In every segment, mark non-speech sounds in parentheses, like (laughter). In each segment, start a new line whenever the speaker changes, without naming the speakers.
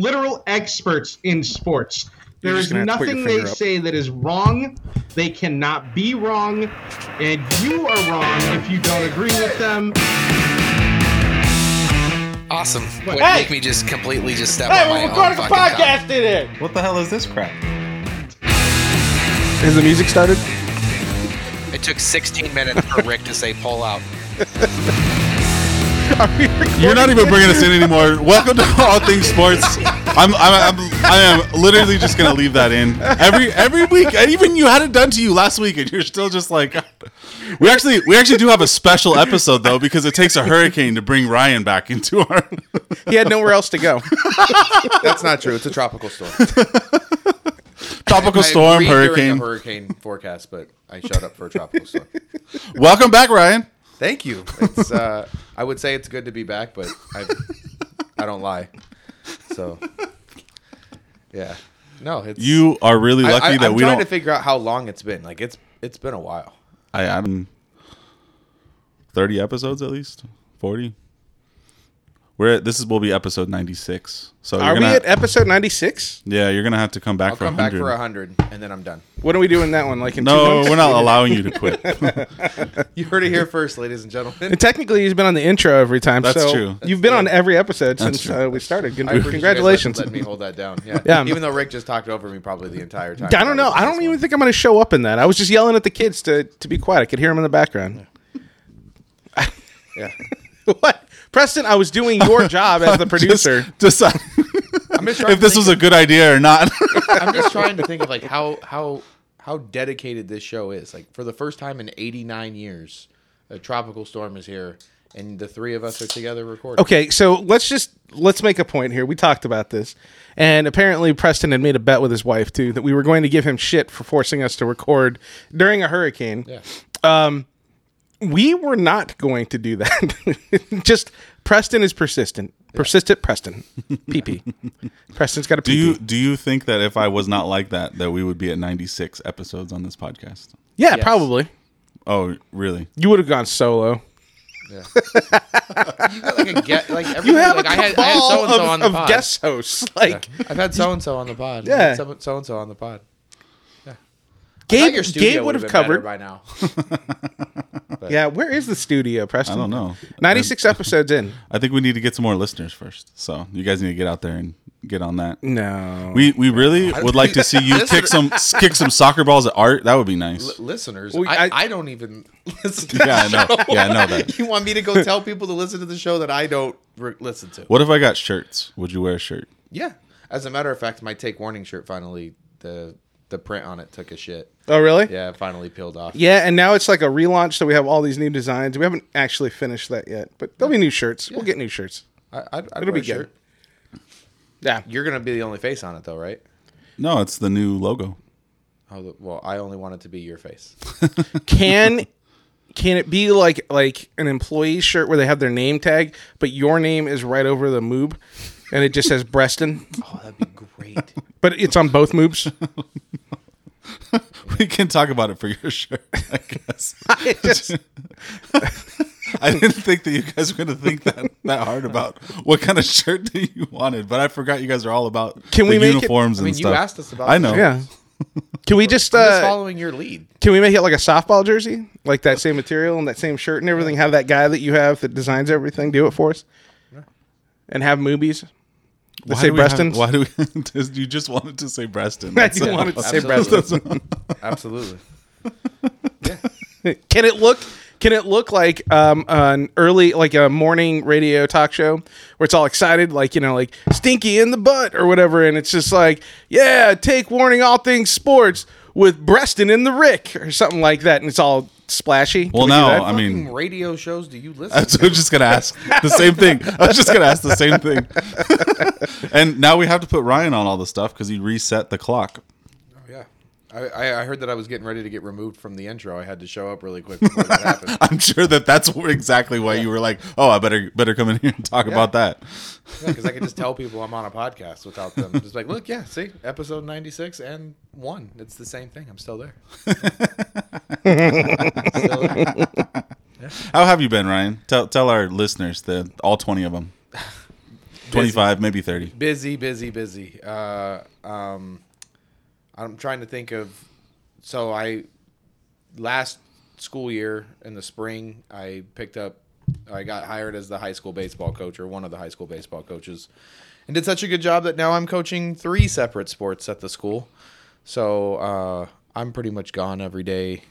literal experts in sports. There
You're
is
just gonna have to put your
nothing they
finger up.
say that is wrong. They cannot be wrong, and you are wrong if you don't agree with them.
Awesome.
Mm.
Would
Hey!
make me just completely just step
Hey,
on my
we're
own
recording a
fucking
podcast in here.
What the hell is this crap?
Has the music started?
Top. It took 16 minutes for Rick to say pull out.
You're not even bringing us in anymore. Welcome to (laughs) All Things Sports. I'm, I'm, I'm I am literally just gonna leave that in every every week. And Even you had it done to you last week, and you're still just like, we actually we actually do have a special episode though because it takes a hurricane to bring Ryan back into our.
He had nowhere else to go. (laughs) That's not true. It's a tropical storm.
Tropical
I
storm,
agree during the
hurricane.
hurricane forecast, but I showed up for a tropical storm.
Welcome back, Ryan.
Thank you. It's. Uh, I would say it's good to be back, but I, I don't lie. So, yeah, no, it's
You are really lucky
I, I,
that
I'm
we
trying
don't.
to figure out how long it's been. Like it's it's been a while.
I, I'm thirty episodes at least, forty. We're at, this is will be episode ninety six. So you're
Are we
gonna,
at
Episode 96?
Yeah, you're gonna have to come back
I'll
for
come back
hundred.
for a hundred, and then I'm done.
What are we doing that one? Like in two
No,
months?
we're not allowing you to
(laughs)
quit.
You heard it here first, ladies and gentlemen.
And technically, he's been on the intro every time.
That's
so
true.
You've been on every episode
That's
since
true.
uh, we started. Con-
I appreciate you guys
Congratulations.
letting- letting me hold that down. Yeah.
Yeah.
Even though Rick just talked over me probably the entire time.
I don't know. I don't even think I'm going to show up in that. I was just yelling at the kids to, to be quiet. I could hear them in the background. (laughs)
Yeah.
what? Preston, I was doing your job as the producer.
Just, just,
(laughs) I'm just trying
if
to
this
think
was a good idea or
(laughs)
not.
I'm just trying to think of like how how how dedicated this show is. Like for the first time in 89 years, a tropical storm is here, and the three of us are together recording.
okay, so let's just let's make a point here. We talked about this, and apparently Preston had made a bet with his wife too that we were going to give him shit for forcing us to record during a hurricane. Um,
Yeah.
We were not going to do that. (laughs) just Preston is persistent. Persistent Preston.
(laughs)
PP. Preston's got a PP.
do you do you think that if I was not like that, that we would be at ninety six episodes on this podcast?
yeah,
Yes.
probably.
Oh, really?
You would have gone solo.
You got like a get like every week, like I had I had
cabal
so and so
of-
on the
of
pod.
guest hosts. Like
I've had so and so on the pod.
Yeah.
so and so on the pod. I thought
Gabe,
your studio
Gabe would
would've
have
been better
covered.
by
(laughs)
now.
Yeah, where is the studio, Preston?
I don't know. (laughs)
96 episodes in.
I think we need to get some more listeners first. So you guys need to get out there and get on that.
No.
We we really would like to see you kick some kick some soccer balls at art. That would be nice.
Listeners,
We-
I, I,
I-
don't even listen. To
(laughs) Yeah, I
the
know.
show.
Yeah, I know that.
(laughs) You want me to go tell people to listen to the show that I don't re- listen to?
What if I got shirts? Would you wear a shirt?
Yeah. As a matter of fact, my take warning shirt finally the the print on it took a shit.
oh, really?
Yeah, it finally peeled off.
Yeah, and now it's like a relaunch, so we have all these new designs. We haven't actually finished that yet, but there'll be new shirts. We'll get new shirts.
I, I'd, I'd
It'll
wear
be
a shirt.
good. Yeah.
You're gonna be the only face on it though, right?
No, it's the new logo. (laughs)
Oh, the- well, I only want it to be your face.
Can can it be like like an employee shirt where they have their name tag, but your name is right over the moob, and it just
(laughs)
says Breston,
Oh, that'd be great.
but it's on both
(laughs)
moobs.
We can talk about it for your shirt, (laughs) I guess.
(laughs) It just-
I didn't think that you guys were going to think that that hard about what kind of shirt (laughs) that you wanted, but I forgot you guys are all about
Can
the
we make it-
uniforms
I mean,
and
you
stuff.
asked us about
I
the
know.
yeah. Can we just
I'm just
uh,
following your lead.
can we make it like a softball jersey, like that same material and that same shirt and everything? Have that guy that you have that designs everything do it for us, and have movies.
Why
Let's say
do we have-
Breston.
why do we? (laughs) just- you just wanted to say
(laughs)
Breston.
I
That's
do
it.
want to say
Absolutely.
Breston.
(laughs)
Absolutely.
Can it look? Can it look like um, an early, like a morning radio talk show where it's all excited, like you know, like stinky in the butt or whatever, and it's just like, yeah, take warning, all things sports with Breston in the Rick or something like that, and it's all splashy. Can
Well,
we do that?
now I mean,
Fucking radio shows do you listen
I was
to?
just gonna ask the same thing. I was just gonna ask the same thing. (laughs) and now we have to put Ryan on all the stuff because he reset the clock.
Yeah. I- I, I heard that I was getting ready to get removed from the intro. I had to show up really quick before that happened. (laughs)
I'm sure that that's wh- exactly why you were like, "Oh, I better better come in here and talk about that."
because I can just tell people I'm on a podcast without them. Just like, look, yeah, see, episode 96 and one. It's the same thing. I'm still there. Still there.
How have you been, Ryan? Tell tell our listeners the all twenty of them. 25, maybe 30.
busy, busy, busy. Uh, um, I'm trying to think of. So I last school year in the spring, I picked up. I got hired as the high school baseball coach or one of the high school baseball coaches, and did such a good job that now I'm coaching three separate sports at the school. So uh, I'm pretty much gone every day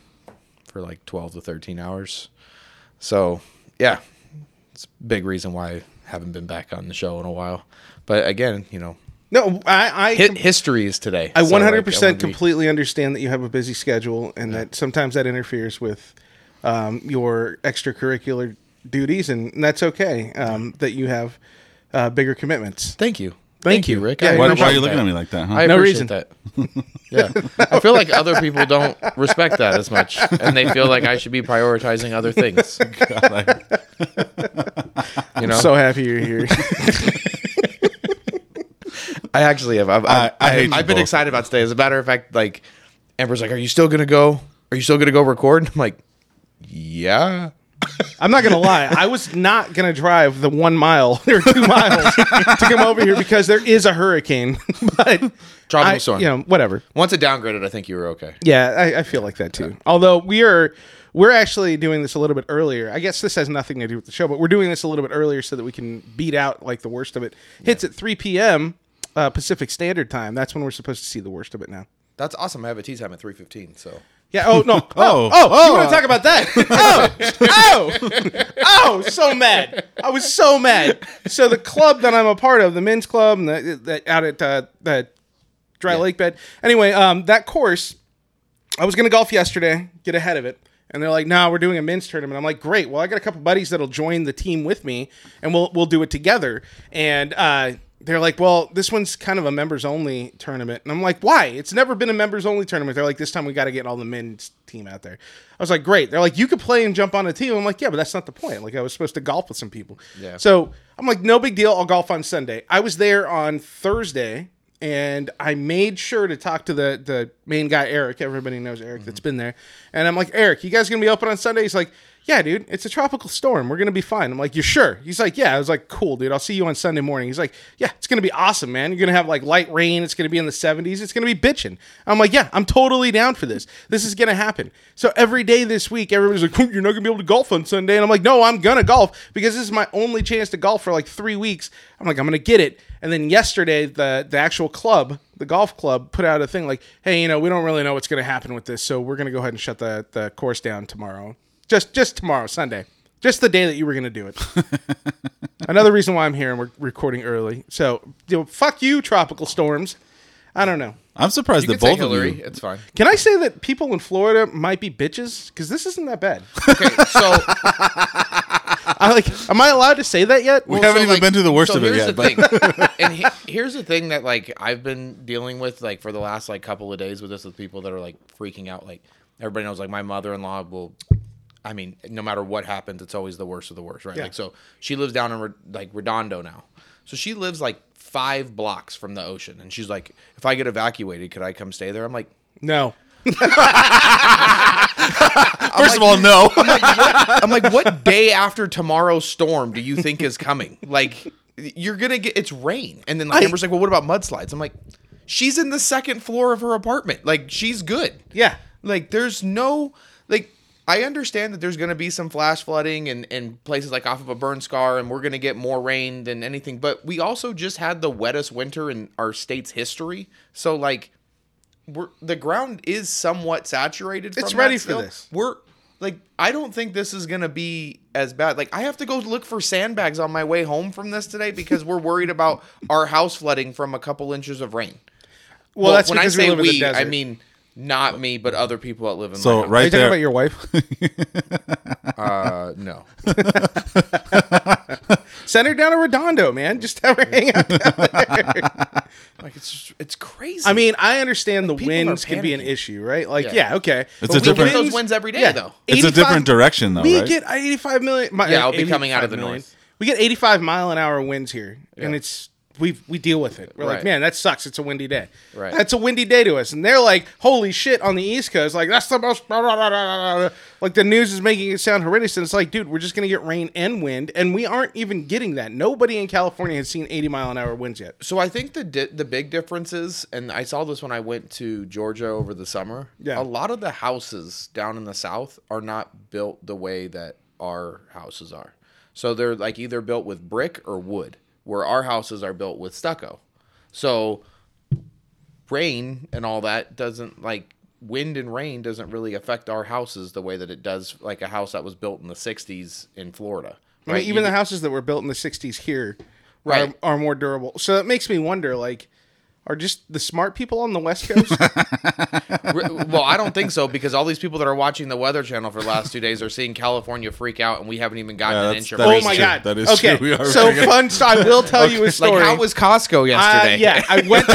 for like 12 to 13 hours. So yeah, it's a big reason why I haven't been back on the show in a while. But again, you know,
No, I I,
hit history is today.
I
So,
100%
like, I wanna be-
completely understand that you have a busy schedule and that sometimes that interferes with um, your extracurricular duties, and that's okay um, that you have uh, bigger
(laughs)
commitments.
Thank you.
Thank
Thank,
you.
you, Rick.
Yeah,
I
no
Why,
problem.
why are you
appreciate
looking
that.
at me like that, huh? (laughs)
I
No
appreciate that. Yeah. I feel like other people don't respect that as much and they feel like I should be prioritizing other things. You know?
So happy you're here.
I actually have. I've, I've,
I
I,
hate you
have been
both.
excited about today. As a matter of fact, like Amber's like, "Are you still gonna go? Are you still gonna go record?" I'm like, "Yeah."
I'm not gonna lie. I was not gonna drive the one mile (laughs) or two miles to come over here because there is a hurricane. (laughs) but
Tropical
I,
storm.
you know, whatever.
Once it downgraded, I think you were okay.
Yeah, I, I feel like that too. Although we are, we're actually doing this a little bit earlier. I guess this has nothing to do with the show, but we're doing this a little bit earlier so that we can beat out like the worst of it. Hits at 3 p.m. Uh, Pacific Standard Time. That's when we're supposed to see the worst of it now.
That's awesome. I have a tea time at three fifteen. So
Yeah. (laughs) Oh no.
Oh,
Oh, you want to talk about (laughs) that? Oh, oh, oh! So mad. I was so mad. So the club that I'm a part of, the men's club, and the, the out at uh, the Dry Lake Bed. Anyway, um, that course, I was gonna golf yesterday, get ahead of it, and they're like, "No, we're doing a men's tournament." I'm like, "Great. Well, I got a couple buddies that'll join the team with me, and we'll we'll do it together." And uh, they're like, "Well, this one's kind of a members only tournament," and I'm like, "Why? It's never been a members only tournament." They're like, "This time we got to get all the men's team out there." I was like, "Great." They're like, "You could play and jump on a team." I'm like, "Yeah, but that's not the point. Like, I was supposed to golf with some people."
Yeah.
So I'm like, "No big deal. I'll golf on Sunday." I was there on Thursday and I made sure to talk to the the main guy Eric. Everybody knows Eric that's been there, and I'm like, Eric, you guys gonna be open on Sunday? He's like, Yeah, dude, it's a tropical storm. We're gonna be fine. I'm like, You sure? He's like, Yeah. I was like, Cool, dude. I'll see you on Sunday morning. He's like, Yeah, it's gonna be awesome, man. You're gonna have like light rain. It's gonna be in the 70s. It's gonna be bitching. I'm like, Yeah, I'm totally down for this. This is gonna happen. So every day this week, everybody's like, You're not gonna be able to golf on Sunday, and I'm like, No, I'm gonna golf because this is my only chance to golf for like three weeks. I'm like, I'm gonna get it. And then yesterday, the the actual club, the golf club, put out a thing like, "Hey, you know, we don't really know what's going to happen with this, so we're going to go ahead and shut the the course down tomorrow, just just tomorrow, Sunday, just the day that you were going to do it." Another reason why I'm here and we're recording early. So, you know, fuck you, tropical storms. I don't know.
I'm surprised
you
that
can say
both
Hillary.
of you.
It's fine. (laughs)
Can I say that people in Florida might be bitches? Because this isn't that bad. (laughs)
Okay, so
I like. Am I allowed to say that yet?
We haven't even been to the worst of it
here's
yet,
the
but-
thing. and he- here's the thing that like I've been dealing with like for the last like couple of days with this with people that are like freaking out. Like everybody knows, like my mother in law will. I mean, no matter what happens, it's always the worst of the worst, right? Like so, she lives down in Re- like Redondo now, so she lives like five blocks from the ocean, and she's like, if I get evacuated, could I come stay there? I'm like.
no.
First of all, no.
(laughs)
I'm like, what day after tomorrow's storm do you think is coming? Like, you're gonna get it's rain, and then like Amber's like, well, what about mudslides? I'm like, she's in the second floor of her apartment. Like, she's good.
Yeah.
Like, there's no like. I understand that there's going to be some flash flooding and, and places like off of a burn scar, and we're going to get more rain than anything. But we also just had the wettest winter in our state's history. So, like, we're, the ground is somewhat saturated. From
It's
that
ready for
still.
this.
We're like, I don't think this is gonna be as bad. Like, I have to go look for sandbags on my way home from this today because we're worried about our house flooding from a couple inches of rain.
Well, that's
when I
because
say
we live in the desert.
I mean not me, but other people that live in.
so
my
Are you
right
talking about
there,
your wife? (laughs)
house. uh, no.
Send her down to Redondo, man. Just have her (laughs) hang out.
Like it's just, it's crazy.
I mean, I understand the
people are
winds can be an
panicking.
issue, right? Like, yeah,
Yeah.
okay.
It's a
we
we get
different-
those wins every day though.
it's a
85
different direction, though,
We
right?
get 85 million. mi-
Yeah, I'll be coming out of
85
the
million.
north.
We get 85 mile an hour winds here, and it's we we deal with it. We're like,
Right.
man, that sucks. It's a windy day.
Right.
That's a windy day to us, and they're like, holy shit, on the East Coast, like that's the most. blah, blah, blah, blah, blah, blah. Like the news is making it sound horrendous, and it's like, dude, we're just gonna get rain and wind, and we aren't even getting that. Nobody in California has seen eighty mile an hour winds yet.
So I think the di- the big differences, and I saw this when I went to Georgia over the summer.
Yeah.
a lot of the houses down in the South are not built the way that our houses are. So they're like either built with brick or wood, where our houses are built with stucco. So rain and all that doesn't like wind and rain doesn't really affect our houses the way that it does like a house that was built in the '60s in Florida.
I mean, even the houses that were built in the '60s here
Right.
are, are more durable. So it makes me wonder, like, are just the smart people on the West
(laughs)
Coast?
Re- well, I don't think so because all these people that are watching the Weather Channel for the last two days are seeing California freak out, and we haven't even gotten
Yeah,
an
that's-
inch of
that
rain.
oh
is
my
true.
god,
That is
okay.
true. We are
so
gonna-
fun. So I will tell you a
Like,
story.
how was Costco
Uh,
yesterday?
yeah, I went.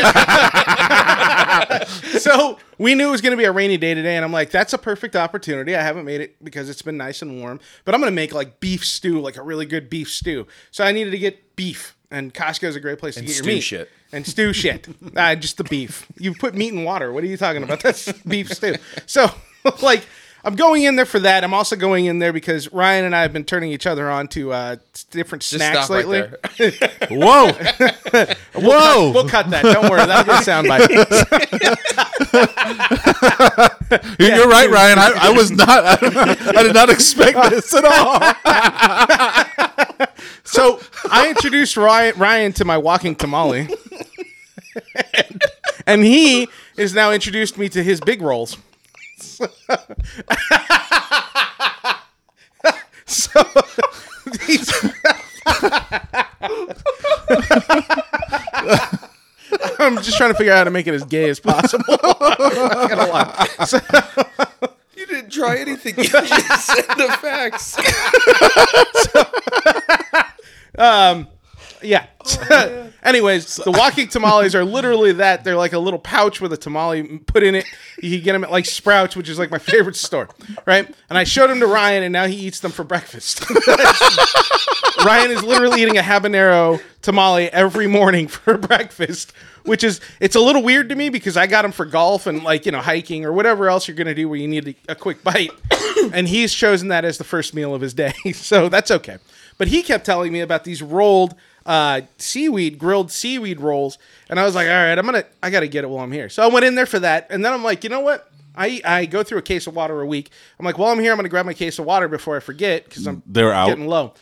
(laughs)
to- (laughs) so we knew it was going to be a rainy day today, and I'm like, "That's a perfect opportunity." I haven't made it because it's been nice and warm, but I'm going to make like beef stew, like a really good beef stew. So I needed to get beef, and Costco is a great place to get
stew
your meat
shit.
and
(laughs)
stew shit. Uh, just the beef. You put meat in water. What are you talking about? That's (laughs) beef stew. So, (laughs) like, I'm going in there for that. I'm also going in there because Ryan and I have been turning each other on to uh, different snacks
stop right
lately.
there.
(laughs)
Whoa. Whoa.
We'll cut that. Don't worry. That'll get a
(laughs)
soundbite.
You're- You're right,
(laughs)
Ryan. I, I was not. I, did not expect this at all.
So I introduced Ryan, Ryan to my walking tamale, (laughs) and he is now introduced me to his big rolls. so these- I'm just trying to figure out how to make it as gay as possible. (laughs) Not gonna lie. So-
You didn't try anything. You just said the facts.
Yeah. (laughs) Anyways, the walking tamales are literally that. They're like a little pouch with a tamale put in it. You can get them at like Sprouts, which is like my favorite store, right? And I showed him to Ryan, and now he eats them for breakfast. (laughs) Ryan is literally eating a habanero tamale every morning for (laughs) breakfast, which is it's a little weird to me because I got him for golf and like you know hiking or whatever else you're gonna do where you need a quick
(coughs)
bite, and he's chosen that as the first meal of his day, (laughs) so that's okay. But he kept telling me about these rolled uh, seaweed grilled seaweed rolls, and I was like, all right, I'm gonna I gotta get it while I'm here. So I went in there for that, and then I'm like, you know what? I, I go through a case of water a week. I'm like, while I'm here, I'm going to grab my case of water before I forget because I'm
They're out.
getting low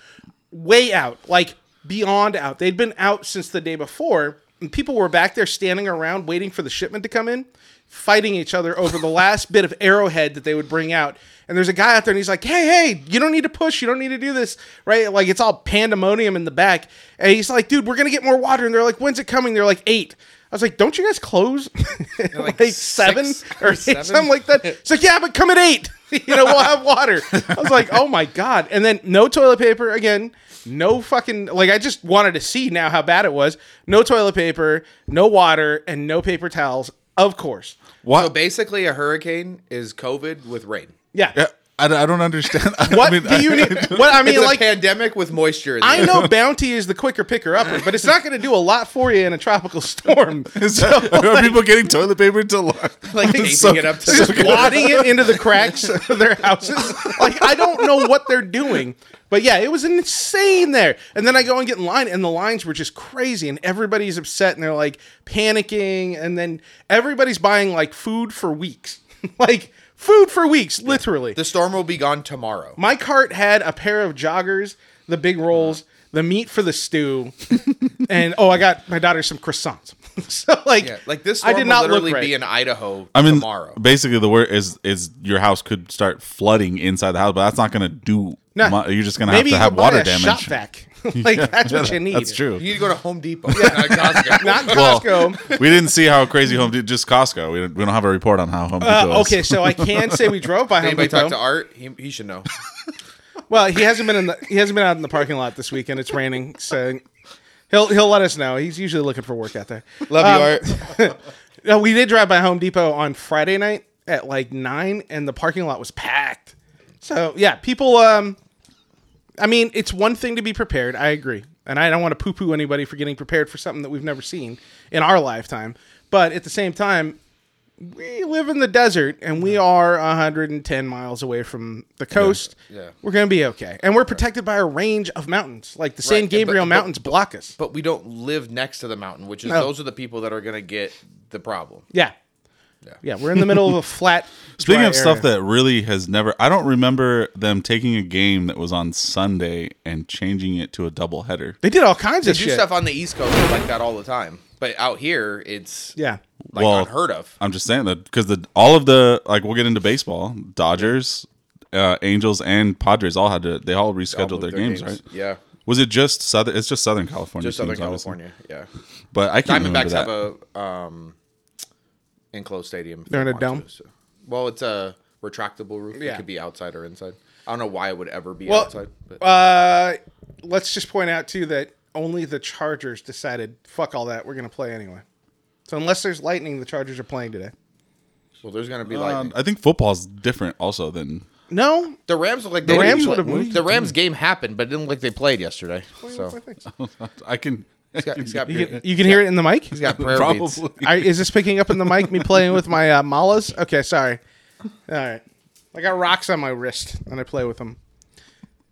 way out, like beyond out. They'd been out since the day before, and people were back there standing around waiting for the shipment to come in, fighting each other over the last bit of arrowhead that they would bring out. And there's a guy out there, and he's like, "Hey, hey, you don't need to push. You don't need to do this, right? Like it's all pandemonium in the back." And he's like, "Dude, we're gonna get more water." And they're like, "When's it coming?" They're like, eight. I was like, "Don't you guys close (laughs) like,
like,
seven
six
or
or
eight,
seven?
something like that?" It's like, "Yeah, but come at eight. (laughs) you know, we'll have water." I was like, "Oh my god!" And then no toilet paper again. No fucking like I just wanted to see now how bad it was. No toilet paper, no water, and no paper towels. Of course,
So
What?
basically, a hurricane is COVID with rain.
yeah.
Yeah, (laughs) I, don't- I don't understand. (laughs) I
What
mean,
do you
I-
need? What I mean,
It's a
like
pandemic with moisture. In the
I
air.
know Bounty is the quicker picker upper, but it's not going to do a lot for you in a tropical (laughs)
(laughs)
storm.
is that- are people getting toilet paper to like? (laughs)
Like taping
So-
it up to
so-
the
(laughs) wadding it into the cracks of their houses. Like I don't know what they're doing, but yeah, it was insane there. And then I go and get in line, and the lines were just crazy, and everybody's upset, and they're like panicking, and then everybody's buying like food for weeks, (laughs) like food for weeks, literally.
(laughs) The storm will be gone tomorrow.
My cart had a pair of joggers, the big
Uh-huh.
rolls, the meat for the stew, (laughs) and oh, I got my daughter some croissants. (laughs) so like,
Yeah, like this
I
storm
did not
will
look
literally
right.
be in Idaho
I mean,
tomorrow.
basically, the word is is your house could start flooding inside the house, but that's not going to do.
No.
mu- you're just going to have
Maybe
to
you
have
could buy
water
a shop
damage.
vac.
(laughs)
(laughs) like that's what you need.
That's true.
You need to go to Home Depot. not
(laughs)
Costco.
Not
Well,
Costco.
(laughs) we didn't see how crazy Home Depot. Just Costco. We don't, we don't have a report on how Home Depot.
Uh,
is.
okay, so I can say we drove by Home
Anybody talk to
Depot.
Art? He, he should know.
Well, he hasn't been in the he hasn't been out in the parking lot this weekend. It's raining, so he'll he'll let us know. He's usually looking for work out there.
Love
Um,
you, Art.
(laughs) No, we did drive by Home Depot on Friday night at like nine, and the parking lot was packed. So yeah, people. Um, I mean, it's one thing to be prepared. I agree. And I don't want to poo poo anybody for getting prepared for something that we've never seen in our lifetime. But at the same time, we live in the desert and we are 110 miles away from the coast.
Yeah.
We're going to be okay. And we're protected by a range of mountains. Like the San
Right, but-
Gabriel
but-
Mountains block us.
But we don't live next to the mountain, which is
No.
those are the people that are going to get the problem.
Yeah. Yeah. We're in the middle
(laughs)
of a flat.
Speaking
dry
of stuff
area.
that really has never, I don't remember them taking a game that was on Sunday and changing it to a doubleheader.
They did all kinds
They
of
do
shit.
stuff on the East Coast like that all the time, but out here it's
yeah.
like
Well,
unheard of.
I'm just saying that because the all of the like we'll get into baseball, Dodgers, uh, Angels, and Padres all had to they all rescheduled
All
their,
their
games,
games.
right?
Yeah.
Was it just southern? It's just Southern California.
Just Southern
teams, obviously.
California.
(laughs)
Yeah.
but I can't remember
Diamondbacks
that.
have a um, enclosed stadium. if
They're in
they
a
want
dome?
to, so- Well, it's a retractable roof.
Yeah.
It could be outside or inside. I don't know why it would ever be
Well,
outside. But
Uh, let's just point out too that only the Chargers decided, fuck all that, we're gonna play anyway. So unless there's lightning, the Chargers are playing today.
well, there's gonna be
Um,
like
I think football's different also than
No,
the Rams look like the
Rams would've moved.
The Rams game happened, but it didn't look like they played yesterday. So
I can.
he's
(laughs)
got, he's got,
you can, you can hear it in the mic.
(laughs)
he's got prayer
Probably.
beads.
I, is this picking up in the mic? Me playing with my uh, malas? Okay, sorry. All right, I got rocks on my wrist and I play with them.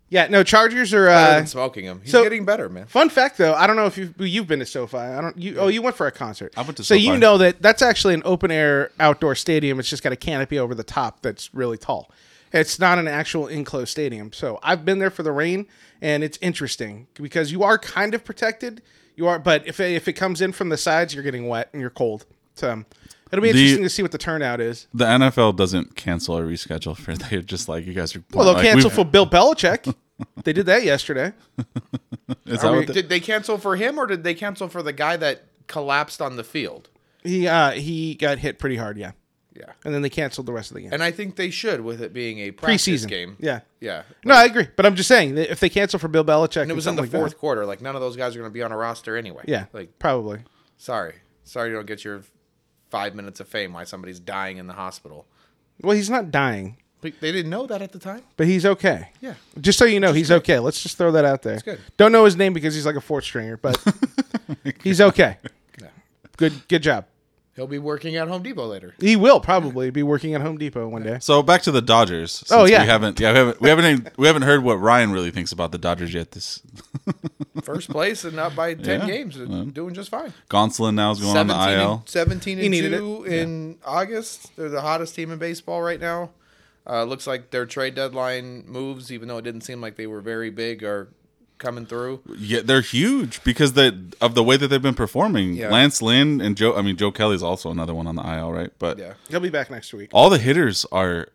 Yeah, no, Chargers are.
Better
Uh,
than smoking him. He's
so-
getting better, man.
Fun fact, though, I don't know if you've, you've been to SoFi. I don't. You, oh, you went for a concert. I
went to
So
SoFi.
you know that that's actually an open air outdoor stadium. It's just got a canopy over the top that's really tall. It's not an actual enclosed stadium. So I've been there for the rain, and it's interesting because you are kind of protected. You are, but if it, if it comes in from the sides, you're getting wet and you're cold. So um, it'll be
The-
interesting to see what the turnout is.
The NFL doesn't cancel or reschedule for. (laughs) They're just like you guys are.
Well, they'll
like,
cancel
we've-
for Bill
(laughs)
Belichick. they did that yesterday.
Is that what the-
Did they cancel for him or did they cancel for the guy that collapsed on the field?
He uh, he got hit pretty hard. Yeah,
Yeah.
and then they canceled the rest of the game.
And I think they should with it being a practice
Preseason
game.
Yeah.
Yeah.
No, I agree, but I'm just saying that if they cancel for Bill Belichick,
And it was in the fourth quarter. Like none of those guys are going to be on a roster anyway.
yeah,
Like
probably.
sorry, sorry you don't get your five minutes of fame while somebody's dying in the hospital.
Well, he's not dying,
But they didn't know that at the time.
but he's okay.
Yeah.
Just so you know, he's okay. Let's just throw that out there.
good.
Don't know his name because he's like a fourth stringer,
(laughs)
but he's okay. Good, good job.
He'll be working at Home Depot later.
He will probably be working at Home Depot one day.
So back to the Dodgers. since
Oh, yeah.
we haven't yeah we haven't we haven't even- we haven't heard what Ryan really thinks about the Dodgers yet. This
First place and up by ten
Yeah.
games, and doing just fine.
Gonsolin now is going on the IL.
and, 17 and
needed
two in August. They're the hottest team in baseball right now. Uh, looks like their trade deadline moves, even though it didn't seem like they were very big, are coming through.
Yeah, they're huge because the of the way that they've been performing.
Yeah.
Lance Lynn and Joe. I mean, Joe Kelly's also another one on the IL, right? But
Yeah.
He'll be back next week.
all the hitters are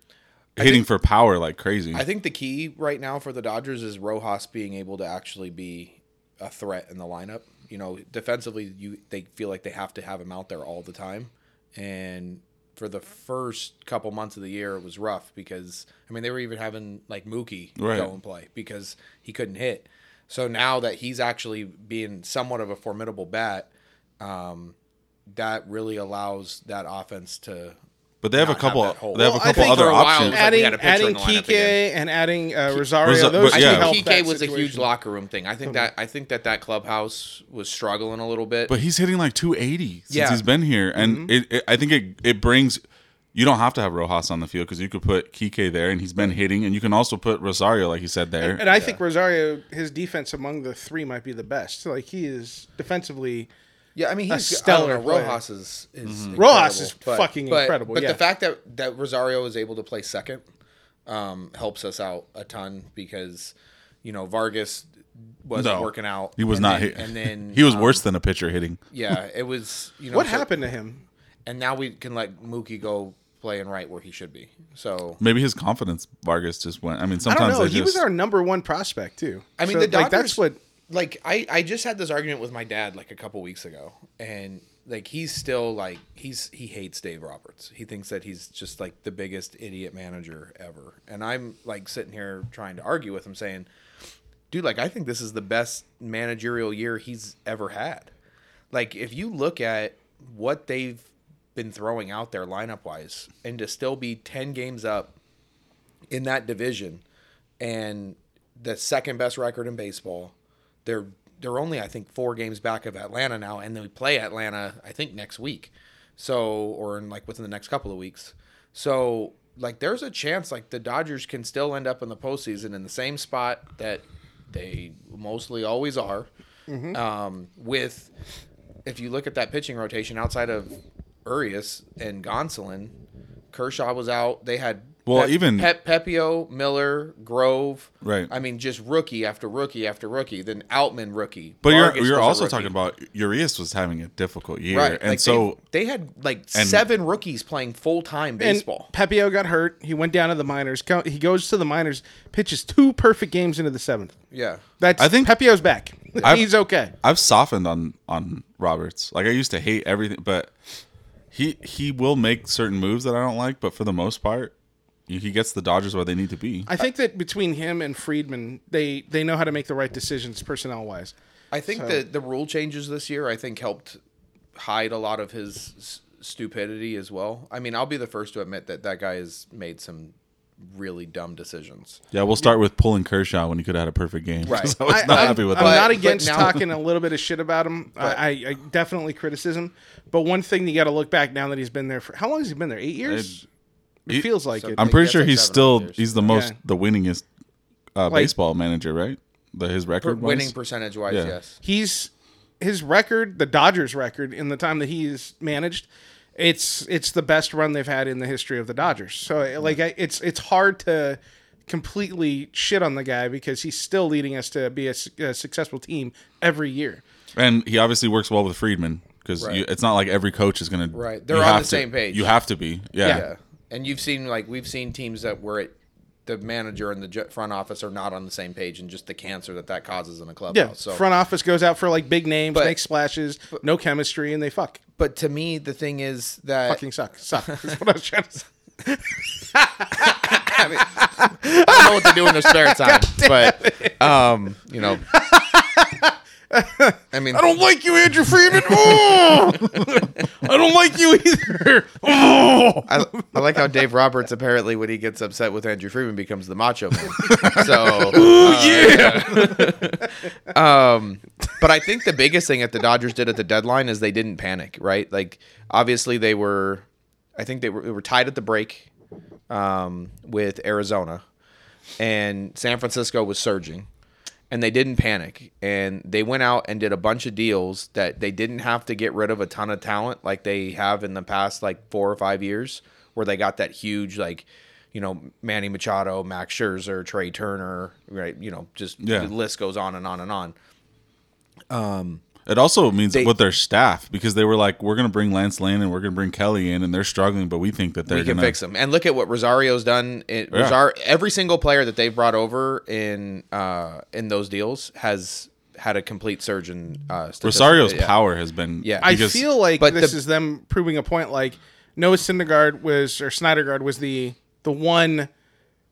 hitting for power like crazy.
I think the key right now for the Dodgers is Rojas being able to actually be a threat in the lineup. You know, defensively, you they feel like they have to have him out there all the time. And for the first couple months of the year, it was rough because I mean they were even having like Mookie
Right.
go and play because he couldn't hit. So now that he's actually being somewhat of a formidable bat, um, that really allows that offense to.
but they have a
not have
couple.
that hole.
they have
Well,
a
I
couple
think
other
for a while-
options.
Add-
Adding,
had a pitcher in
adding
the lineup
Kike
again.
and adding uh, Rosario,
Rosa-
those
but
two
yeah.
I
help
think
that
Kike was a huge
situation.
locker room thing. I think that I think that that clubhouse was struggling a little bit.
but he's hitting like 280 since
Yeah. Mm-hmm.
he's been here, and it, it, I think it it brings. You don't have to have Rojas on the field because you could put Kike there, and he's been hitting, and you can also put Rosario, like you said, there.
And I think Rosario, his defense among the three might be the best. Like he is defensively.
yeah, I mean he's
stellar
stellar. Know,
player.
Rojas is, is
Rojas is
incredible, but-
fucking
but-
incredible,
But
yeah.
the fact that that Rosario is able to play second um, helps us out a ton because you know Vargas wasn't
No.
working out.
He was
uh, and
not
then-
hit.
And then
(laughs) he was
um,
worse than a pitcher hitting.
Yeah, it was. You know
What
so-
happened to him?
And now we can let Mookie go play and right where he should be. So
Maybe his confidence, Vargas, just went. I mean,
I don't
sometimes
know.
they
He
just,
was our number one prospect too.
I mean,
So,
the Dodgers,
like that's what
Like, I, I just had this argument with my dad like a couple weeks ago, and like he's still like he's he hates Dave Roberts. He thinks that he's just like the biggest idiot manager ever, and I'm like sitting here trying to argue with him, saying, "Dude, like I think this is the best managerial year he's ever had." Like, if you look at what they've been throwing out there lineup wise, and to still be ten games up in that division and the second best record in baseball. They're they're only I think four games back of Atlanta now, and then we play Atlanta I think next week, so or in like within the next couple of weeks. So like there's a chance like the Dodgers can still end up in the postseason in the same spot that they mostly always are. Um, with if you look at that pitching rotation outside of Urias and Gonsolin, Kershaw was out. They had
Well, even-
Pep, Pepio, Miller, Grove.
Right.
I mean, just rookie after rookie after rookie. Then Outman rookie.
But
Vargas
you're
was
you're
a
also
rookie.
talking about Urias was having a difficult year,
right?
and
like
so
they, they had like seven rookies playing full time
And
baseball.
Pepio got hurt. He went down to the minors. Co- He goes to the minors, pitches two perfect games into the seventh.
yeah,
That's
I think-
Pepio's
(laughs)
back.
I've-
He's okay.
I've softened on on Roberts. Like I used to hate everything, but he he will make certain moves that I don't like. But for the most part, he gets the Dodgers where they need to be.
I think that between him and Friedman, they they know how to make the right decisions personnel wise.
I think that the rule changes this year I think helped hide a lot of his s- stupidity as well. I mean, I'll be the first to admit that that guy has made some really dumb decisions.
yeah, we'll start with pulling Kershaw when he could have had a perfect game. (laughs)
Right.
'cause I was
I,
not
am
happy with
I'm
that.
not
But-
against
but now-
talking a little bit of shit about him. I, I, I definitely criticism, but one thing you got to look back now that he's been there for how long has he been there? Eight years. it
he-
feels like it.
I'm
Like,
pretty
that's
sure
like
he's
seven
still
years.
he's the most
Yeah.
the winningest uh, baseball manager, right? The, his
Per-
record
winning
winning.
percentage wise,
Yeah.
yes.
he's his record, the Dodgers' record in the time that he's managed, it's it's the best run they've had in the history of the Dodgers. So like I, it's it's hard to completely shit on the guy because he's still leading us to be a, su- a successful team every year.
and he obviously works well with Friedman because
Right.
it's not like every coach is going to
Right. They're on the same page.
You have to be, yeah.
Yeah. And you've seen like we've seen teams that where it, the manager and the ju- front office are not on the same page, and just the cancer that that causes in a clubhouse.
Yeah,
so
front office goes out for like big names,
But-
makes splashes, no chemistry, and they fuck.
but to me, the thing is that
Fucking suck. Suck. That's what I was trying to say.
(laughs) I don't know what they do in their spare time, but um, you know, I mean, I
(laughs)
don't
like you, Andrew (laughs) Freeman. Oh! I don't like you (laughs) either. Oh!
I, I like how Dave Roberts apparently when he gets upset with Andrew Freeman becomes the macho man. So yeah. um but I think the biggest thing that the Dodgers did at the deadline is they didn't panic, right? Like obviously they were I think they were, they were tied at the break um, with Arizona and San Francisco was surging and they didn't panic and they went out and did a bunch of deals that they didn't have to get rid of a ton of talent like they have in the past like four or five years where they got that huge like you know Manny Machado, Max Scherzer, Trey Turner, right? You know, just
Yeah.
the list goes on and on and on.
It also means with their staff because they were like, we're going to bring Lance Lynn and we're going to bring Kelly in, and they're struggling, but we think that they're
We can
going
fix
to.
them. And look at what Rosario's done. It, Rosario, every single player that they've brought over in uh, in those deals has had a complete surge in uh, statistics.
Rosario's
Yeah.
power has been.
Yeah.
I
because-
feel like
but
this
the-
is them proving a point. Like Noah Syndergaard was, or Snydergaard was the the one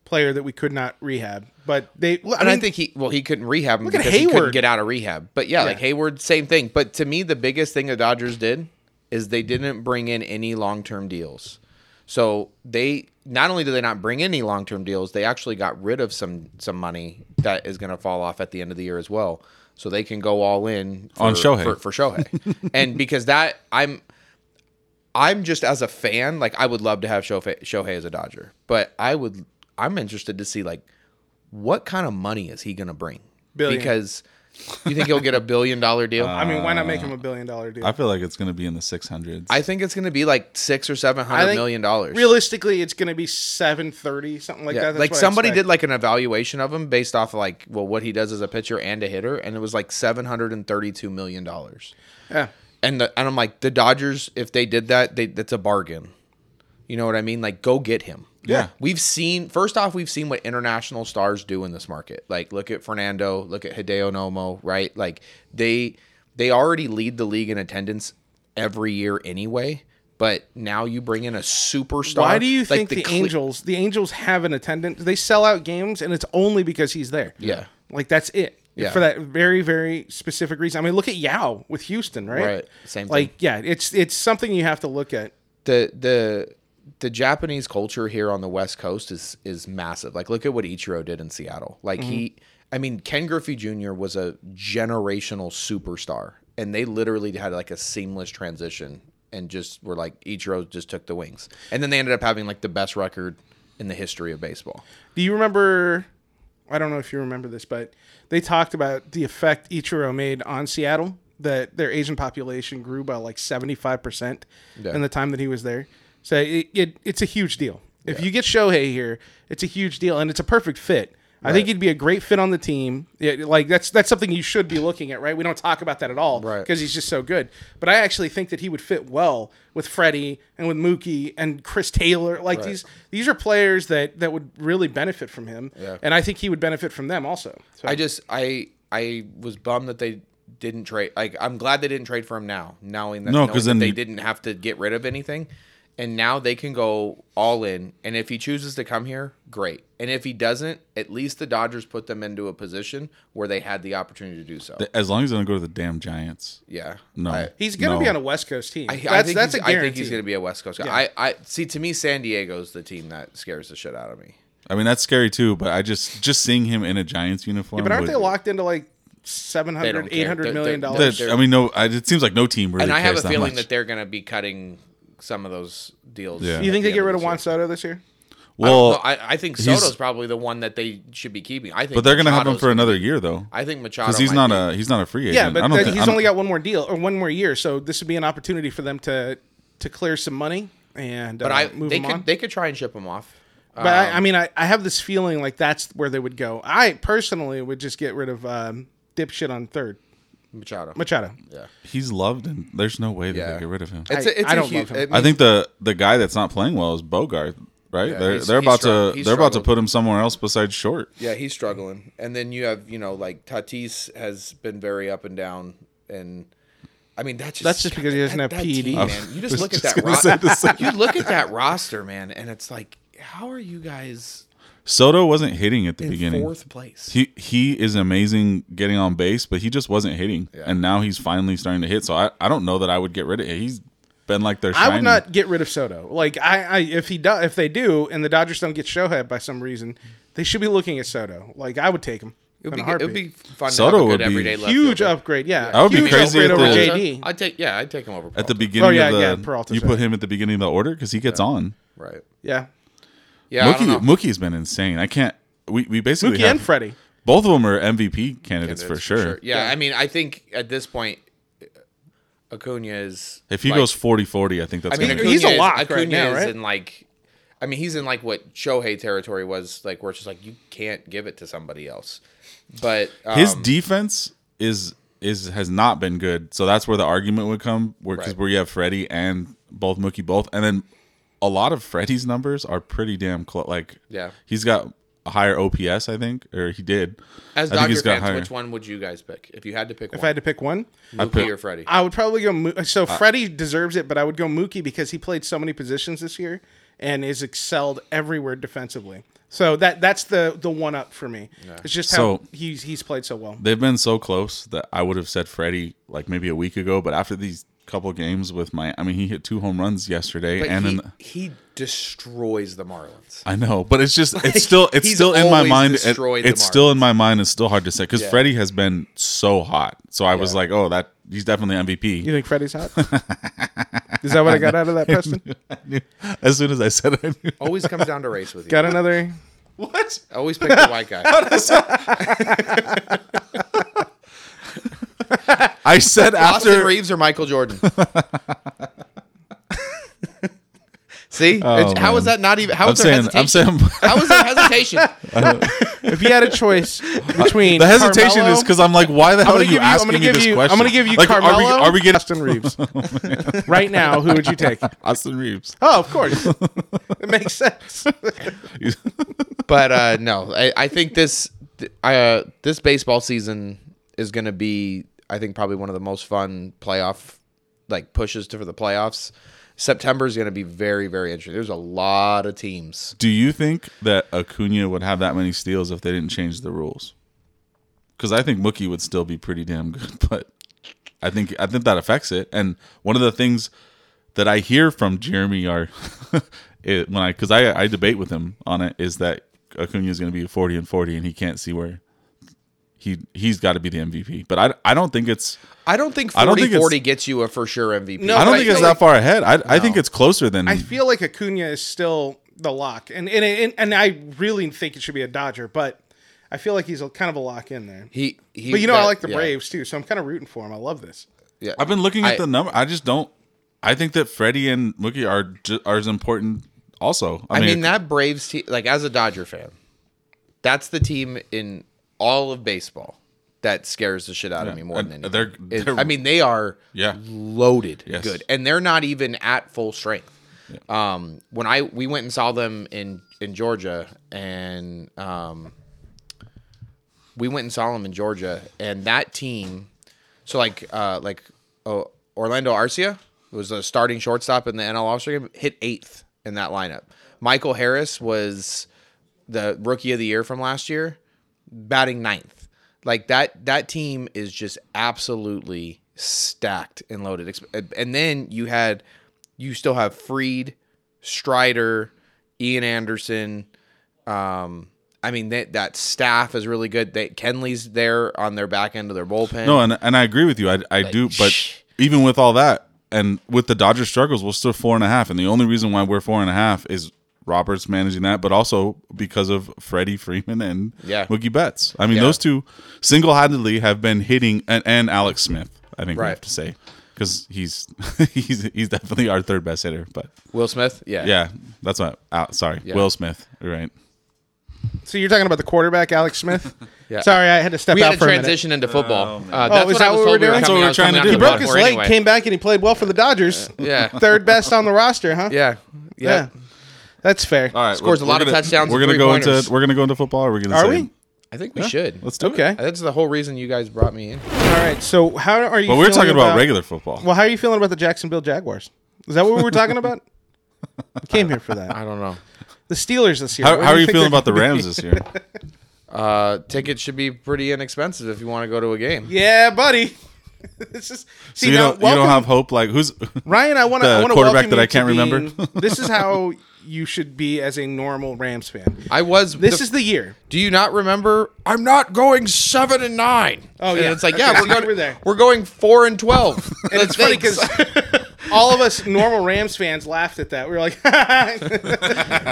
player that we could not rehab. But they, I
and
mean,
I think he well he couldn't rehab him
at
because he couldn't
Hayward.
get out of rehab. But yeah, like
Yeah.
Hayward, same thing. But to me, the biggest thing the Dodgers did is they didn't bring in any long term deals. So they not only did they not bring in any long term deals, they actually got rid of some some money that is going to fall off at the end of the year as well. So they can go all in for,
On Shohei.
for,
(laughs)
for Shohei, and because that I'm I'm just as a fan, like I would love to have Shohei, Shohei as a Dodger, but I would I'm interested to see like what kind of money is he going to bring?
Billion.
Because you think he'll get a billion dollar deal?
I mean, why not
Uh,
make him a billion dollar deal?
I feel like it's going to be in the 600s.
I think it's going to be like six or seven
I
hundred
think
million dollars.
Realistically, it's going to be seven thirty, something like that.
Yeah,
That's
like
what I
somebody
expect.
did like an evaluation of him based off like well what he does as a pitcher and a hitter, and it was like seven hundred and thirty two million dollars.
Yeah.
And the, and I'm like the Dodgers if they did that, they that's a bargain. You know what I mean? Like go get him.
Yeah.
We've seen first off, we've seen what international stars do in this market. Like look at Fernando, look at Hideo Nomo, right? Like they they already lead the league in attendance every year anyway. But now you bring in a superstar.
Why do you
Like,
think the,
cle-
Angels the Angels have an attendant? They sell out games, and it's only because he's there.
Yeah.
like that's it.
Yeah.
for that very very specific reason. I mean, look at Yao with Houston, right?
Right. Same
Like, yeah, it's it's something you have to look at.
the the the Japanese culture here on the West Coast is is massive. Like look at what Ichiro did in Seattle. Like he I mean, Ken Griffey Jr. was a generational superstar, and they literally had like a seamless transition and just were like Ichiro just took the wings, and then they ended up having like the best record in the history of baseball.
Do you remember? I don't know if you remember this, but they talked about the effect Ichiro made on Seattle. That their Asian population grew by like seventy five percent in the time that he was there. So it, it it's a huge deal. If you get Shohei here, it's a huge deal, and it's a perfect fit. I think he'd be a great fit on the team. Yeah, like that's that's something you should be looking at, right? We don't talk about that at all,
Right.
Because he's just so good. But I actually think that he would fit well with Freddie and with Mookie and Chris Taylor. Like these these are players that that would really benefit from him, and I think he would benefit from them also. So,
I just I I was bummed that they didn't trade. Like I'm glad they didn't trade for him now, knowing that,
No,
knowing
'cause
that
then
they
you-
didn't have to get rid of anything, and now they can go all in. And if he chooses to come here, great. And if he doesn't, at least the Dodgers put them into a position where they had the opportunity to do so.
As long as I don't go to the damn Giants.
yeah,
No.
I,
he's going to
No.
be on a West Coast team.
I,
that's
I think
that's a
he's-
guarantee.
I think he's going to be a West Coast guy. I, I see. To me, San Diego's the team that scares the shit out of me.
I mean, that's scary too. But I just just seeing him in a Giants uniform.
but aren't
would-
they locked into like 700
don't care.
800
They're-
million
they're-
dollars?
that- I mean, no. I, it seems like no team really.
And I have a
cares that
feeling
much.
that they're going to be cutting some of those deals.
Yeah.
Do you think
at
they
the
get
end
rid
this
of
year.
Juan Soto this year?
well,
I, don't know. I, I think
he's-
Soto's probably the one that they should be keeping. I think,
but they're gonna have him
Machado's-
for another year though,
I think Machado
because he's
might
not a he's not a free agent.
Yeah, but
I don't
that-
think,
he's
I don't-
only got one more deal or one more year, so this would be an opportunity for them to to clear some money and
But
uh,
I
move
they
him
could
on.
they could try and ship him off.
but I,
Um,
I mean, I, I have this feeling like that's where they would go. I personally would just get rid of um, dipshit on third
Machado.
Machado.
he's loved, and there's no way that
Yeah.
they get rid of him.
It's
I-
a, it's
I
a
don't love
huge.
him.
it
I
means-
think the the guy that's not playing well is Bogart, right?
Yeah,
they're
he's-
they're
he
about
struggled.
to
He
they're about to
struggled.
put him somewhere else besides short.
yeah, he's struggling, and then you have you know like Tatis has been very up and down, and I mean that's just
That's just because he doesn't have E
that
PED.
team, man.
(laughs)
You just
was
look at
just
that
gonna say the
roster.
same.
(laughs) you look at that roster, man, and it's like how are you guys
Soto wasn't hitting at the
in
beginning.
fourth place?
He he is amazing getting on base, but he just wasn't hitting, and now he's finally starting to hit. So I, I don't know that I would get rid of. He's been like their.
I would
shining-
not get rid of Soto. Like I, I if he do, if they do, and the Dodgers don't get Shohei by some reason, they should be looking at Soto. Like I would take him.
It would
in
be,
a
it would
heartbeat.
be fun.
Soto
to have a
would
good
be
everyday left
huge
fielder.
upgrade. Yeah,
That would be
huge
crazy
upgrade
if
over
the-
JD.
I'd take yeah, I'd take him over
at
Peralta.
the beginning.
Oh, yeah,
of the,
yeah, Peralta's
You
right.
put him at the beginning of the order because he gets on.
right.
yeah,
Yeah, I don't
Mookie
know.
Mookie's been insane. I can't. We, we basically
Mookie
have,
and Freddie.
both of them are MVP candidates for sure.
Yeah, I mean, I think at this point, Acuna is.
If he
like-
goes 40-40, I think that's
I mean,
gonna
Acuna
he's a
is-
lock right
Acuna
now,
is
right?
in like, I mean, he's in like what Shohei territory was like, where it's just like you can't give it to somebody else. But um,
his defense is is has not been good. So that's where the argument would come, where because
Right.
where you have Freddie and both Mookie both, and then a lot of Freddie's numbers are pretty damn close. Like
Yeah.
he's got a higher OPS, I think, or he did.
as
I think
Dodger
he's got
fans,
higher.
which one would you guys pick if you had to pick
If I
one?
had to pick one,
Mookie
pick-
or Freddie?
I would probably go. Mo- So
Uh,
Freddie deserves it, but I would go Mookie because he played so many positions this year and is excelled everywhere defensively. So that that's the the one up for me. It's just how
So-
he's he's played so well.
They've been so close that I would have said Freddie like maybe a week ago, but after these couple games with my, I mean, he hit two home runs yesterday,
but
and
he,
in,
he destroys the Marlins.
I know, but it's just it's still it's
he's
still in my
always
mind. It,
destroyed the
it's still in my mind. It's still hard to say because Freddie has been so hot. So I was like, oh, that he's definitely MVP. (laughs)
You think Freddie's hot? is that what I got out of that, Preston?
as soon as I said, I knew.
Oh,
Always comes down to race with you.
Got another?
what?
Always pick the white guy.
I said
Austin
after.
Reeves or Michael Jordan? (laughs) See, It's- how
Oh, man.
is that not even? How
I'm
is there
saying.
hesitation?
I'm saying.
(laughs)
(laughs)
How is there hesitation?
If you had a
(laughs)
choice between
Uh, The hesitation is
Carmelo-
because I'm like, why the
I'm
hell are
gonna
you
give you. I'm
asking
gonna
me
give
this
you.
question?
I'm gonna give you
Like,
Carmelo.
Are we, are we getting
Austin Reeves
(laughs)
right now? Who would you take?
Austin Reeves? (laughs)
Oh, of course. it makes sense.
but uh, no, I, I think this th- uh, this baseball season is going to be, I think, probably one of the most fun playoff like pushes to for the playoffs. September is going to be very, very interesting. There's a lot of teams.
Do you think that Acuna would have that many steals if they didn't change the rules? Because I think Mookie would still be pretty damn good, (laughs) but I think I think that affects it. And one of the things that I hear from Jeremy are (laughs) it, when I because I I debate with him on it is that Acuna is going to be forty and forty, and he can't see where he he's got to be the MVP. But I, I don't think it's
I don't think 40
I don't think it's-
40 gets you a for sure MVP.
No,
I don't
but Oh, I
think it's
feel
that far ahead. I, I think it's closer than
I feel like Acuna is still the lock, and and and, and I really think it should be a Dodger, but I feel like he's a, kind of a lock in there.
He, he
But you know, I
that-
like the
yeah,
Braves too, so I'm kind of rooting for him. I love this.
Yeah.
I've been looking at
I-
the number. I just don't. I think that Freddie and Mookie are ju- are as important. Also,
I mean, that Braves team, like as a Dodger fan, that's the team in all of baseball that scares the shit out of me more
and
than anything.
they're-
It-
they're-
I mean, they are
Yeah.
loaded
Yes.
good, and they're not even at full strength. Um, when I we went and saw them in in Georgia, and um, we went and saw them in Georgia, and that team, so like uh, like oh, Orlando Arcia was a starting shortstop in the NL All-Star game, hit eighth in that lineup. Michael Harris was the rookie of the year from last year, batting ninth. Like that that team is just absolutely stacked and loaded. Ex- And then you had you still have Freed, Strider, Ian Anderson. Um, I mean that that staff is really good. They Kenley's there on their back end of their bullpen.
no, and and I agree with you. I I do, but even with all that, and with the Dodgers struggles, we're still four and a half. And the only reason why we're four and a half is Roberts managing that, but also because of Freddie Freeman and
Yeah.
Mookie Betts. I mean,
Yeah.
those two single handedly have been hitting, and, and Alex Smith. I think we have
Right.
to say because he's (laughs) he's he's definitely our third best hitter, but.
Will Smith, yeah,
Yeah, that's what. Uh, sorry, Will Smith. You're Right.
So you're talking about the quarterback, Alex Smith?
(laughs) Yeah.
Sorry, I had to step
We
out
had a
for a minute.
transition into football. uh, that's
Oh, is
what
that
I was
what we're
told we were
doing?
coming-
That's
what
I
we're
was
trying to
coming
do.
He
out the
broke
block
his
for
leg,
anyway.
came back, and he played well for the Dodgers. (laughs)
Yeah.
Third best on the roster, huh?
Yeah. Yeah.
That's fair.
All right.
Scores
we're-
a lot
we're
of
gonna-
touchdowns
We're
and
gonna go
three-pointers.
into we're gonna go into football. Or we're gonna
Are
say-
we?
I think we should.
Let's do it.
Okay.
That's the whole reason you guys brought me in.
All right. So how are you?
But we're
feeling
talking about regular football.
Well, how are you feeling about the Jacksonville Jaguars? Is that what we were talking
(laughs)
about? I came here for that.
I don't know.
The Steelers this year.
how,
What
how
do
are you
think
feeling
they're-
about the
(laughs)
Rams this year?
Uh, tickets should be pretty inexpensive if you want to go to a game.
Yeah, buddy. (laughs) this is see
So you
now.
don't you don't
welcome-
have hope like who's
Ryan, I want to.
the
I want to
quarterback
welcome
that
you
I can't
to
remember?
being- (laughs) this is how you should be as a normal Rams fan.
I was.
This is the year.
Do you not remember? I'm not going seven and nine.
Oh,
And
yeah.
it's like
Okay,
yeah,
so (laughs)
we're
you
going.
were there.
We're going four and twelve.
(laughs) And it's funny because all of us normal Rams fans laughed at that. We were like,
(laughs)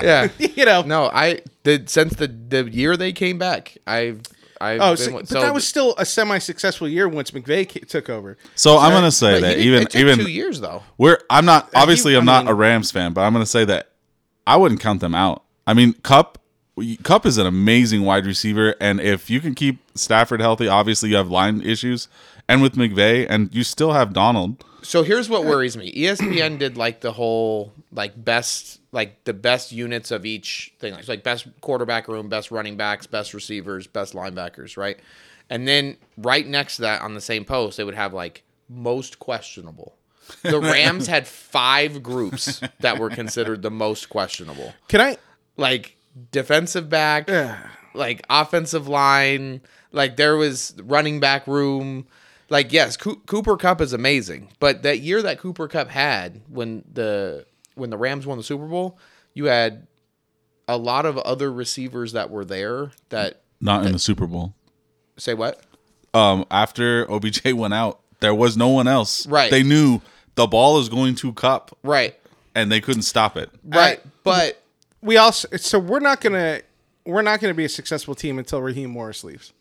yeah.
(laughs) you know.
No, I did since the the year they came back. I've I've
Oh,
been
so,
wa-
but that was still a semi-successful year once McVay ca- took over.
So I'm gonna
but
say
you
that
didn't-
even
it took two
even
years though.
we're I'm not obviously
you-
I'm
I
not
mean-
a Rams fan, but I'm gonna say that I wouldn't count them out. I mean, Cup Cup is an amazing wide receiver, and if you can keep Stafford healthy, obviously you have line issues, and with McVay, and you still have Donald.
So here's what worries me. E ESPN did like the whole like best like the best units of each thing. Like, like best quarterback room, best running backs, best receivers, best linebackers, right? And then right next to that on the same post, they would have like most questionable. The Rams had five groups that were considered the most questionable.
Can I?
Like defensive back, like offensive line, like there was running back room. Like yes, Coo- Cooper Cup is amazing, but that year that Cooper Cup had when the when the Rams won the Super Bowl, you had a lot of other receivers that were there that
Not in the Super Bowl.
say what?
um, after OBJ (laughs) went out, there was no one else.
Right.
They knew the ball is going to cup,
Right.
and they couldn't stop it.
Right. but
We also so we're not gonna we're not gonna be a successful team until Raheem Morris leaves.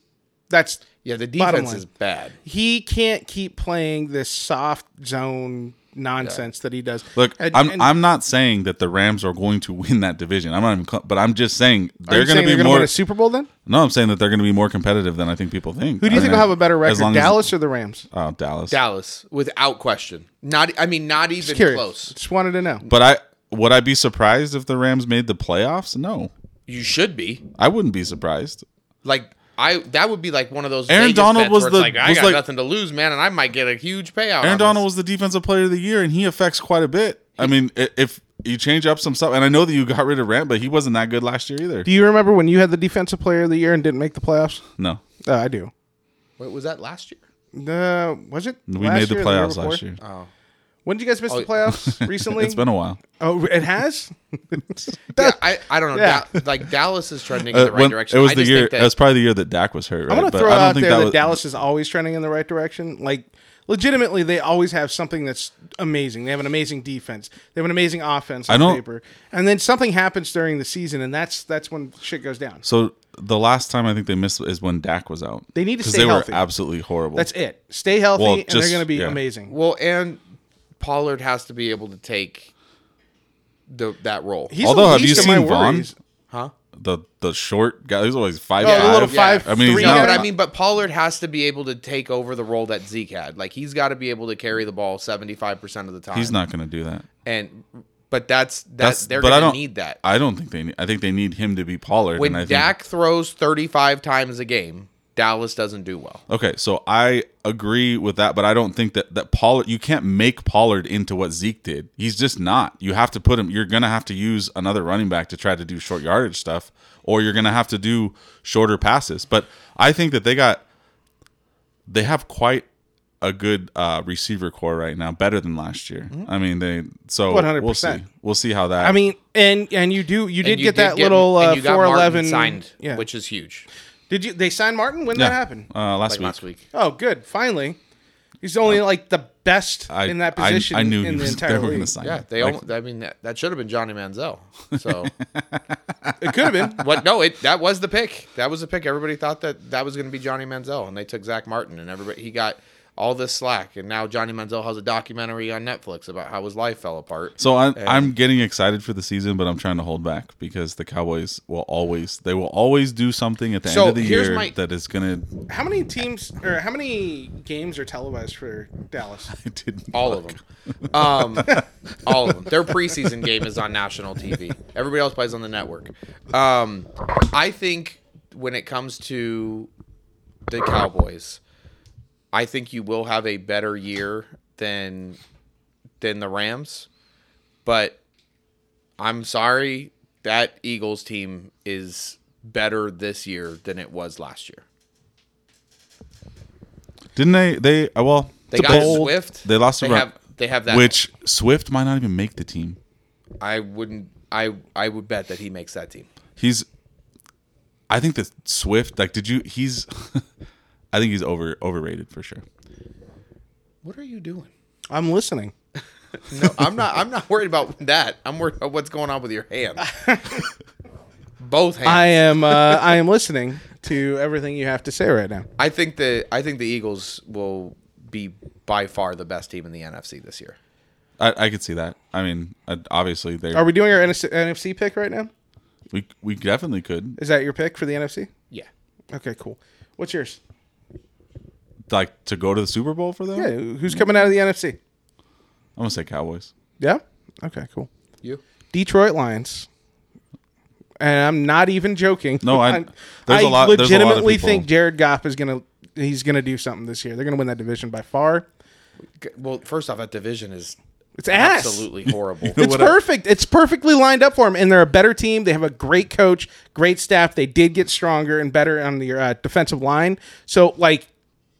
That's
yeah, the
Bottom
defense
line.
is bad.
he can't keep playing this soft zone nonsense that he does.
Look,
And-
I'm
and-
I'm not saying that the Rams are going to (laughs) win that division. I'm not, even, cl- but I'm just saying
are
they're
you
going
saying
to be
gonna
more.
win a Super Bowl. Then
no, I'm saying that they're going to be more competitive than I think people think.
who do you think will have a better record, Dallas or the Rams?
oh, Dallas.
Dallas without question. Not I mean not even
Curious.
close.
Just wanted to know.
But I would I be surprised if the Rams made the playoffs? No,
You should be.
I wouldn't be surprised.
Like I that would be like one of those.
Aaron
Vegas
Donald
bets
was
where it's
the-
like I
was
got
like-
nothing to lose, man, and I might get a huge payout.
Aaron
on
Donald was
this.
the defensive player of the year, and he affects quite a bit. I mean, i- if you change up some stuff, and I know that you got rid of Rand, but he wasn't that good last year either.
Do you remember when you had the defensive player of the year and didn't make the playoffs?
No,
Uh, I do.
Wait, was that last year?
Uh, was it?
We
last
made the
year or year
playoffs
before? Um,
last year.
When did you guys miss the playoffs recently?
It's been a while.
oh, it has.
Yeah, I, I don't know.
Yeah.
Da- like Dallas is trending in
Uh,
the right
when-
direction.
It was
I
the
just
year.
Think that,
It was probably the year that Dak was hurt. Right?
I'm gonna
But
throw it
I don't
out
think
there
that
that,
was-
Dallas is always trending in the right direction. Like, legitimately, they always have something that's amazing. They have an amazing defense. They have an amazing offense on
I don't-
paper. And then something happens during the season, and that's that's when shit goes down.
So the last time I think they missed is when Dak was out.
They need to
'Cause
stay
they
healthy.
were absolutely horrible.
That's it. Stay healthy,
Well,
and they're
just-
going to be
yeah.
amazing.
well, and Pollard has to be able to take the that role.
He's
Although,
the
have you
least of my
seen Vaughn?
worries.
huh?
the the short guy. He's always five.
Oh, the
five.
little five,
I mean, he's
three
No,
not-
guy?
but I mean, but Pollard has to be able to take over the role that Zeke had. Like he's got to be able to carry the ball seventy five percent of the time.
He's not going to do that.
and but that's that,
That's
they're
but I
going to
don't
need that.
I don't think they need. I think they need him to be Pollard.
When
and I
Dak throws thirty five times a game, Dallas doesn't do well.
Think, okay, so I agree with that, but I don't think that that Pollard. You can't make Pollard into what Zeke did. He's just not. You have to put him. You're going to have to use another running back to try to do short yardage stuff, or you're going to have to do shorter passes. But I think that they got. They have quite a good uh, receiver core right now, better than last year.
Mm-hmm.
I mean, they so we'll see.
100%.
We'll see how that.
I mean, and and you do you did
And you
get that little
and
uh,
you got
four
Martin
eleven
signed,
Yeah.
which is huge.
did you? They signed Martin. When did
Yeah,
that happen?
uh, last
Like
week.
last week,
Oh, good. Finally, he's only like the best
I,
in that
I-
position.
I, knew
in
he
the
was,
entire
they were going
league.
to sign.
yeah,
him.
they.
Like,
almost, I mean, that, that should have been Johnny Manziel. So,
It could have been.
what? No, it that was the pick. That was the pick. Everybody thought that that was going to be Johnny Manziel, and they took Zach Martin, and everybody he got all this slack, and now Johnny Manziel has a documentary on Netflix about how his life fell apart.
So I'm, I'm getting excited for the season, but I'm trying to hold back because the Cowboys will always they will always do something at the
So
end of the
here's
year
my-
that is going to.
How many teams or how many games are televised for Dallas?
I (laughs) didn't.
All of them. Um, all of them. Their preseason game is on national TV. Everybody else plays on the network. Um, I think when it comes to the Cowboys, I think you will have a better year than than the Rams, but I'm sorry that Eagles team is better this year than it was last year.
Didn't they? They uh, well.
They
to
got
bowl,
Swift.
They lost to
They
Ra-
have they have that
which Swift might not even make the team.
I wouldn't. I I would bet that he makes that team.
He's. I think that Swift. Like, did you? He's. (laughs) I think he's over overrated for sure.
What are you doing?
I'm listening.
No, I'm not. I'm not worried about that. I'm worried about what's going on with your
(laughs)
hand. Both hands.
I
I,
am uh, I am listening to everything you have to say right now.
think the I think the Eagles will be by far the best team in the NFC this year.
I, I could see that. I mean, I, obviously they.
Are we doing our NS- NFC pick right now?
we we definitely could.
Is that your pick for the NFC?
Yeah.
Okay, cool. What's yours?
like to go to the Super Bowl for them?
Yeah, who's coming out of the NFC?
I'm gonna say Cowboys.
Yeah. Okay, cool.
You.
Detroit Lions. And I'm not even joking.
No, I-
I'm-
there's
(laughs) I
a lot- there's a lot of
legitimately
people.
think Jared Goff is gonna he's gonna do something this year. They're gonna win that division by far.
G- Well, first off, that division is
It's ass.
absolutely
(laughs)
horrible.
It's perfect. It's perfectly lined up for them, and they're a better team. They have a great coach, great staff. They did get stronger and better on the uh, defensive line. So, like,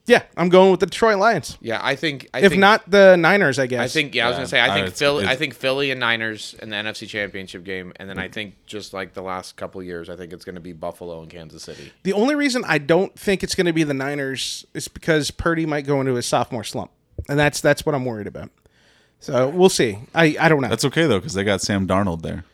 yeah, I'm going with the Detroit Lions.
yeah, I think. I
If
think,
not the Niners, I guess.
I think. Yeah, I was gonna say.
Yeah,
I
it's-
think Philly. I
it's-
think Philly and Niners in the NFC Championship game, and then I think just like the last couple of years, I think it's gonna be Buffalo and Kansas City.
the only reason I don't think it's going to be the Niners is because Purdy might go into his sophomore slump, and that's that's what I'm worried about. So we'll see. I, I don't know.
That's okay though, because they got Sam Darnold there.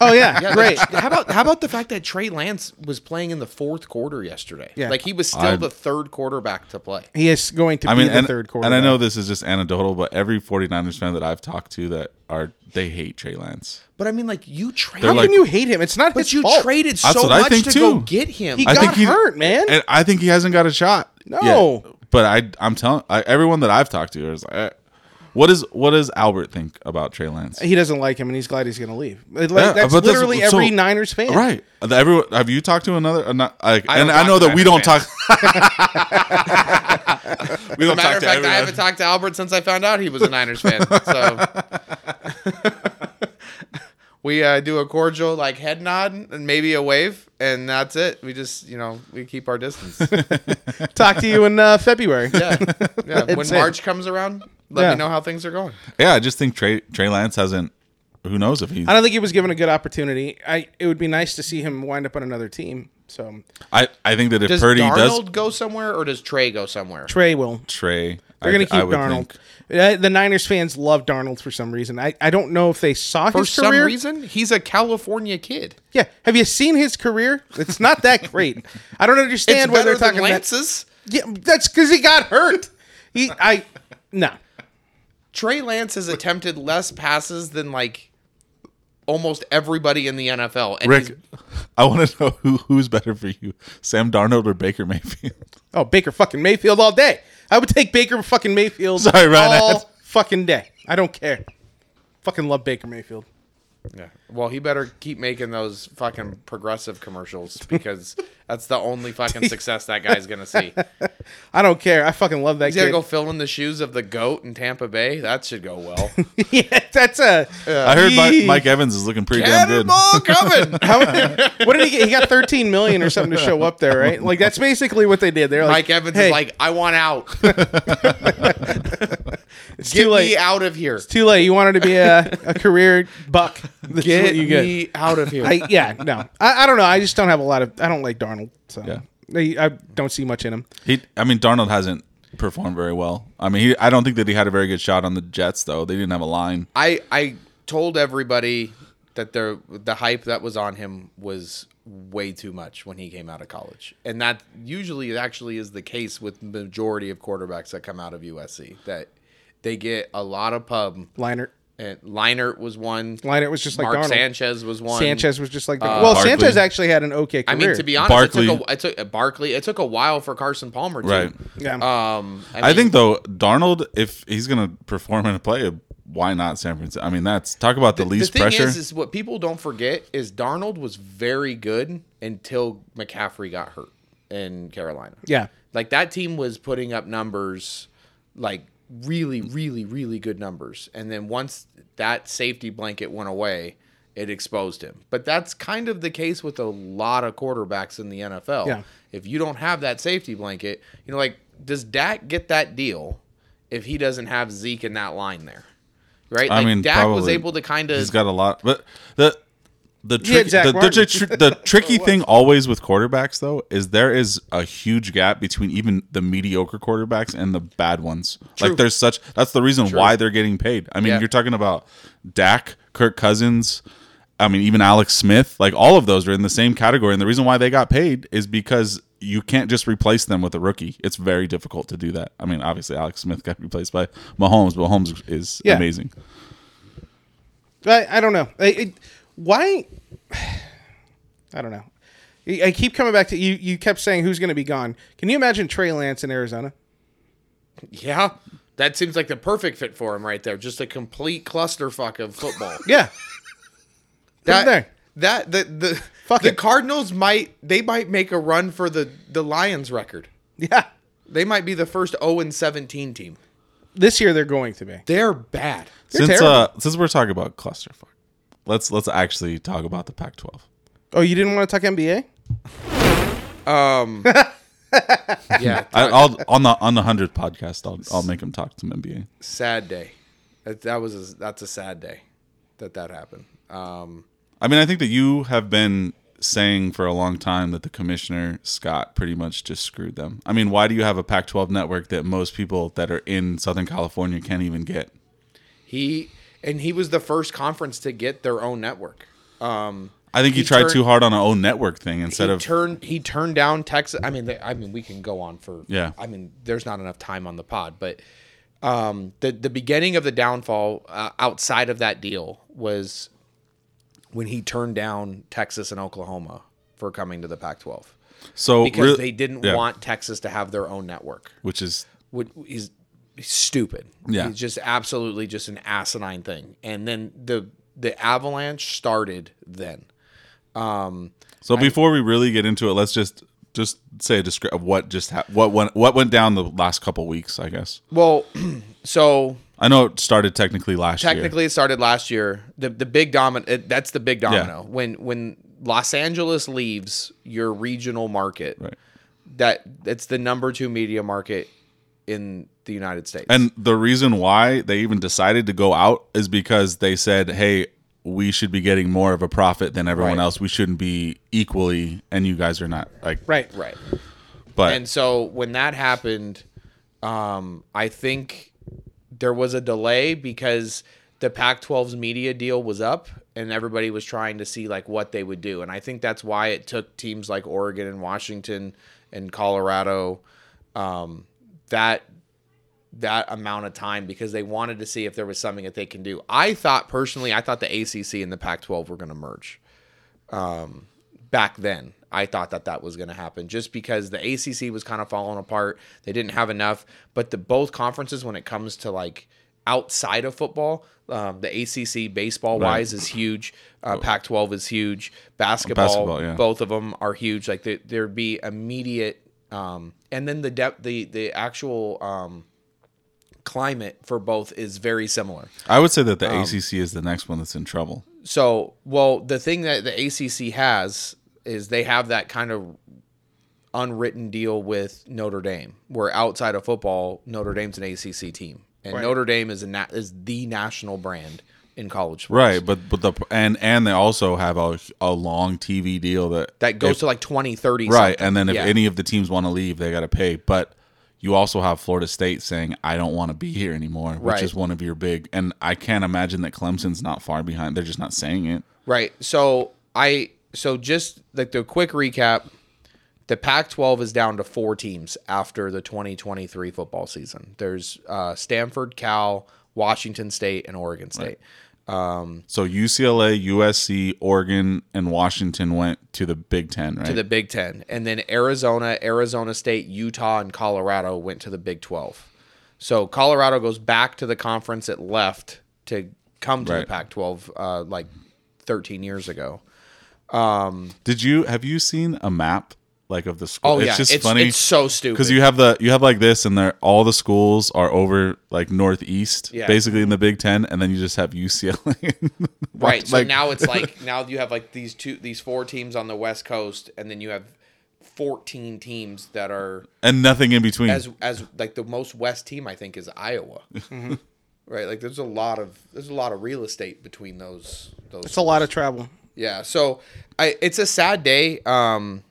oh
(laughs)
yeah, great.
How about how about the fact that Trey Lance was playing in the fourth quarter yesterday?
Yeah.
Like he was still
I-
the third quarterback to play.
He is going to
I
be
mean,
the
and,
third quarter.
and I know this is just anecdotal, but every 49ers fan that I've talked to that are they hate Trey Lance.
But I mean, like you traded,
How
They're like-
can you hate him? It's not
but
his
you
fault.
traded
That's
so
what I
much
think,
to go
too.
get him.
He
I
got
think he-
hurt, man.
And I think he hasn't got a shot.
No.
yet. but I I'm telling I, everyone that I've talked to is like, eh, what is what does Albert think about Trey Lance?
he doesn't like him, and he's glad he's going to leave. Like,
Yeah,
that's
but
literally
so-
every Niners fan,
Right. The- everyone, have you talked to another? uh, not- like,
I
and
don't
I
talk
know
to
that we don't
Niners
talk.
(laughs)
we don't
Matter
talk
of
to
fact, I
everyone.
haven't talked to Albert since I found out he was a Niners fan. (laughs) So we uh, do a cordial like head nod and maybe a wave, and that's it. We just you know we keep (laughs) our distance.
Talk to you in uh, February.
Yeah, yeah. when
It's it.
March comes around, Let
Yeah.
me know how things are going.
Yeah, I just think Trey Trey Lance hasn't. Who knows if he?
I don't think he was given a good opportunity. I it would be nice to see him wind up on another team. So
I, I think that if
Does
Purdy
Darnold
does
go somewhere or does Trey go somewhere?
Trey will.
Trey,
They're going to
I
keep
would
Darnold.
think-
Uh, The Niners fans love Darnold for some reason. I, I don't know if they saw
For
his
some
career.
reason, he's a California kid.
Yeah, have you seen his career? It's not that great. I don't
It's
understand why
better
they're
than
talking that.
Lance's.
Yeah, that's because he got hurt. He I no.
Trey Lance has attempted less passes than like almost everybody in the NFL. And
Rick, I want to know who who's better for you, Sam Darnold or Baker
(laughs)
Mayfield?
Oh, Baker fucking Mayfield all day. I would take Baker fucking Mayfield
Sorry, Ryan,
all
that's-
fucking day. I don't care. Fucking love Baker Mayfield.
Yeah. Well, he better keep making those fucking progressive commercials because (laughs) that's the only fucking success that guy's gonna see.
I don't care. I fucking love that
He's gonna
kid.
go fill in the shoes of the goat in Tampa Bay. That should go well.
(laughs) yeah, that's a.
I heard
Yee.
Mike, Mike Evans is looking pretty damn good.
Cannonball coming.
what did he get? He got 13 million or something to show up there, right? Like that's basically what they did. They're like,
Mike Evans
"Hey,
is like, I want out.
it's
Get
too late.
me out of here.
Too late. You wanted to be a, a career buck. This is what
Get
you get.
me out of here.
I, yeah, no, I, I don't know. I just don't have a lot of. I don't like Darnold, so
Yeah.
They- I don't see much in him.
He, I mean, Darnold hasn't performed very well. I mean, he, I don't think that he had a very good shot on the Jets though. They didn't have a line.
I I told everybody that the the hype that was on him was way too much when he came out of college, and that usually actually is the case with majority of quarterbacks that come out of USC that they get a lot of pub.
Leinert,
And Leinert was one.
Leinert was just like
Mark
Darnold.
Sanchez was one.
Sanchez was just like. Darnold. well,
Barkley.
Sanchez actually had an okay
uh, I
career.
mean, to be honest, it
Barkley.
took a, it took Barkley. It took a while for Carson Palmer, too.
Right.
Yeah.
Um,
I
mean,
think though, Darnold, if he's gonna perform and play, why not San Francisco? I mean, that's talk about the, least
the thing
pressure.
Is, is what people don't forget is Darnold was very good until McCaffrey got hurt in Carolina.
yeah,
Like that team was putting up numbers, like really, really, really good numbers. And then once that safety blanket went away, it exposed him. But that's kind of the case with a lot of quarterbacks in the NFL.
Yeah.
If you don't have that safety blanket, you know, like does Dak get that deal if he doesn't have Zeke in that line there? Right?
I
like
mean,
Dak was
probably.
able to kind
he's
of
got a lot, but the the
He had
trick,
Zach
the, the,
Martin.
tr- the tricky thing always with quarterbacks though is there is a huge gap between even the mediocre quarterbacks and the bad ones. Like there's such that's the reason why they're getting paid. I mean,
Yeah.
you're talking about Dak, Kirk Cousins. I mean, even Alex Smith. Like all of those are in the same category, and the reason why they got paid is because you can't just replace them with a rookie. It's very difficult to do that. I mean, obviously Alex Smith got replaced by Mahomes, but Mahomes is
Yeah.
amazing.
I, I don't know. I, it, why? (sighs) I don't know. I I keep coming back to you. You kept saying who's going to be gone. Can you imagine Trey Lance in Arizona?
Yeah. That seems like the perfect fit for him right there. Just a complete clusterfuck of football. (laughs)
Yeah,
that,
there.
that the the
Fuck
the
it.
Cardinals might they might make a run for the the Lions record.
yeah.
They might be the first 0 and 17 team.
This year they're going to be.
They're bad.
They're
since
terrible.
uh since we're talking about clusterfuck, let's let's actually talk about the Pac-12.
Oh, you didn't want to talk NBA?
Um Yeah,
I, I'll on the on the hundredth podcast, I'll I'll make him talk to some NBA.
(laughs) sad day. That, that was a, that's a sad day that that happened. Um
I mean, I think that you have been saying for a long time that the commissioner Scott pretty much just screwed them. I mean, why do you have a Pac-12 network that most people that are in Southern California can't even get?
he and he was the first conference to get their own network. Um
I think he,
He
tried
turned-
too hard on an own network thing instead
he
of
turned he turned down Texas. I mean, they, I mean, we can go on for
Yeah.
I mean, there's not enough time on the pod, but um, the the beginning of the downfall uh, outside of that deal was when he turned down Texas and Oklahoma for coming to the Pac-12
so
because
real-
they didn't
yeah,
want Texas to have their own network,
which is
which is stupid.
Yeah.
it's just absolutely just an asinine thing. And then the the avalanche started then.
So before we really get into it, let's just just say a description of what just ha- what went what went down the last couple weeks. I guess
Well, (clears throat) so
I know it started technically last year.
Technically, it started last year. The the big domino. That's the big domino. When when Los Angeles leaves your regional market,
Right.
that that's the number two media market in the United States.
And the reason why they even decided to go out is because they said, "Hey, we should be getting more of a profit than everyone
Right.
else. We shouldn't be equally, and you guys are not like
Right.
right.
But
And so when that happened, um, I think there was a delay because the Pac-12's media deal was up, and everybody was trying to see like what they would do. And I think that's why it took teams like Oregon and Washington and Colorado um, that that amount of time because they wanted to see if there was something that they can do. I thought personally, I thought the ACC and the Pac-12 were going to merge Um, back then. I thought that that was going to happen just because the ACC was kind of falling apart. They didn't have enough, but the both conferences, when it comes to like outside of football, um, the ACC baseball wise is huge. Uh, Pac-12 is huge. Basketball,
Basketball, yeah.
both of them are huge. Like there, there'd be immediate, um, and then the depth, the the actual um, climate for both is very similar.
I would say that
Um,
the ACC is the next one that's in trouble.
So, well, the thing that the ACC has is they have that kind of unwritten deal with Notre Dame, where outside of football, Notre Dame's an ACC team, and Notre Dame is a na- is the national brand in college sports.
Right, but but the and and they also have a, a long TV deal that
That goes to like 20, 30.
right,
something.
and then if
Yeah.
any of the teams want to leave, they got to pay. But you also have Florida State saying, "I don't want to be here anymore," which
Right.
is one of your big. And I can't imagine that Clemson's not far behind. They're just not saying it.
Right. So I so just like the quick recap, the Pac-12 is down to four teams after the 2023 football season. There's uh, Stanford, Cal, Washington State, and Oregon State.
So UCLA, USC, Oregon, and Washington went to the Big Ten, right?
to the Big Ten, and then Arizona, Arizona State, Utah, and Colorado went to the Big Twelve. So Colorado goes back to the conference it left to come to the
Right.
Pac-12 uh, like 13 years ago.
Did you have you seen a map like of the school?
Oh yeah,
just
it's
funny
it's so stupid
because you have the you have like this, and they're all the schools are over like northeast,
Yeah.
basically in the Big Ten, and then you just have UCLA.
right. So
like-
now it's like now you have like these two these four teams on the West Coast, and then you have 14 teams that are
(laughs) and nothing in between.
as as like the most West team I think is Iowa. (laughs) Right, like there's a lot of there's a lot of real estate between those those.
It's a lot of travel.
Yeah, so I it's a sad day. Um,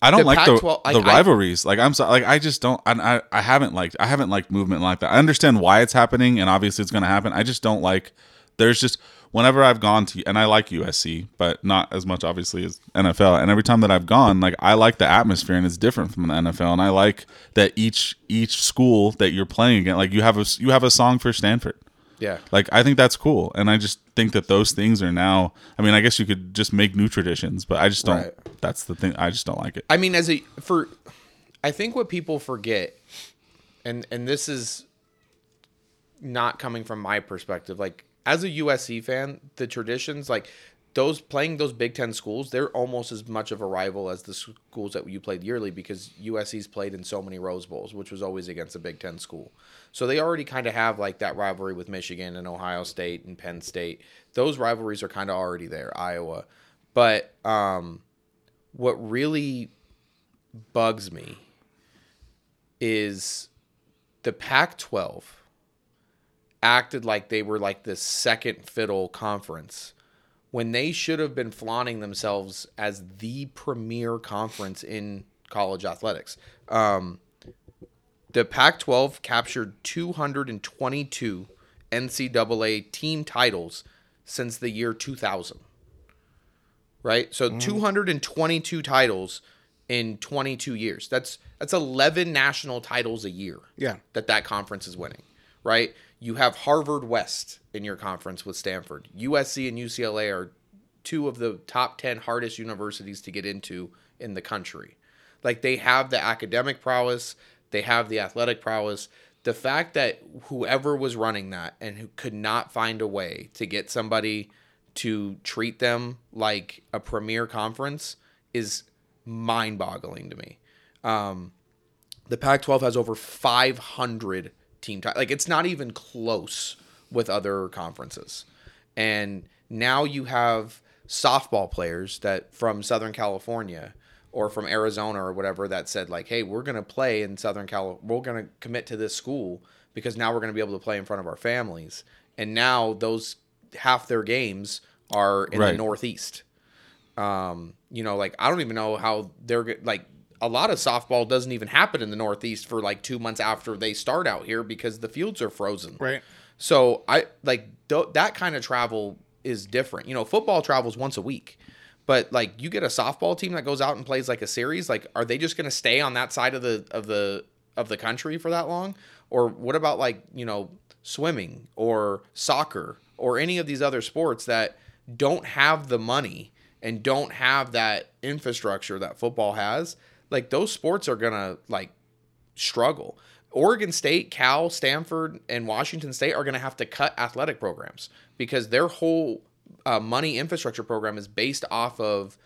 I don't
the
like
Pac-12
the
like,
the
I-
rivalries. like I'm sorry, like I just don't. I, I I haven't liked I haven't liked movement like that. I understand why it's happening, and obviously it's going to happen. I just don't like. There's just whenever I've gone to and I like USC, but not as much obviously as NFL. And every time that I've gone, like I like the atmosphere and it's different from the NFL. And I like that each each school that you're playing against, like you have a s- you have a song for Stanford.
yeah,
Like I think that's cool, and I just think that those things are now. I mean, I guess you could just make new traditions, but I just don't.
Right.
That's the thing. I just don't like it.
I mean, as a for, I think what people forget, and and this is not coming from my perspective. Like as a USC fan, the traditions like those playing those Big Ten schools, they're almost as much of a rival as the schools that you played yearly because USC's played in so many Rose Bowls, which was always against a Big Ten school. So they already kind of have like that rivalry with Michigan and Ohio State and Penn State. Those rivalries are kind of already there, Iowa. But um, what really bugs me is the Pac 12 acted like they were like this second fiddle conference when they should have been flaunting themselves as the premier conference in college athletics. Um, the Pac 12 captured 222 NCAA team titles since the year 2000 right? So 222 titles in 22 years. That's that's 11 national titles a year.
Yeah.
That that conference is winning, right? You have Harvard West in your conference with Stanford. USC and UCLA are two of the top 10 hardest universities to get into in the country. Like they have the academic prowess, they have the athletic prowess. The fact that whoever was running that and who could not find a way to get somebody to treat them like a premier conference is mind boggling to me. Um, the Pac 12 has over 500 team titles. Like, it's not even close with other conferences. And now you have softball players that from Southern California or from Arizona or whatever that said like, "Hey, we're going to play in Southern California. We're going to commit to this school because now we're going to be able to play in front of our families." And now those half their games are in
Right.
the Northeast. Um, you know, like I don't even know how they're go- like a lot of softball doesn't even happen in the Northeast for like two months after they start out here because the fields are frozen.
Right.
So I like th- that kind of travel is different. You know, football travels once a week, but like you get a softball team that goes out and plays like a series. Like, are they just going to stay on that side of the of the of the country for that long? Or what about like you know swimming or soccer or any of these other sports that don't have the money and don't have that infrastructure that football has? Like those sports are gonna like struggle. Oregon State, Cal, Stanford, and Washington State are going to have to cut athletic programs because their whole uh, money infrastructure program is based off of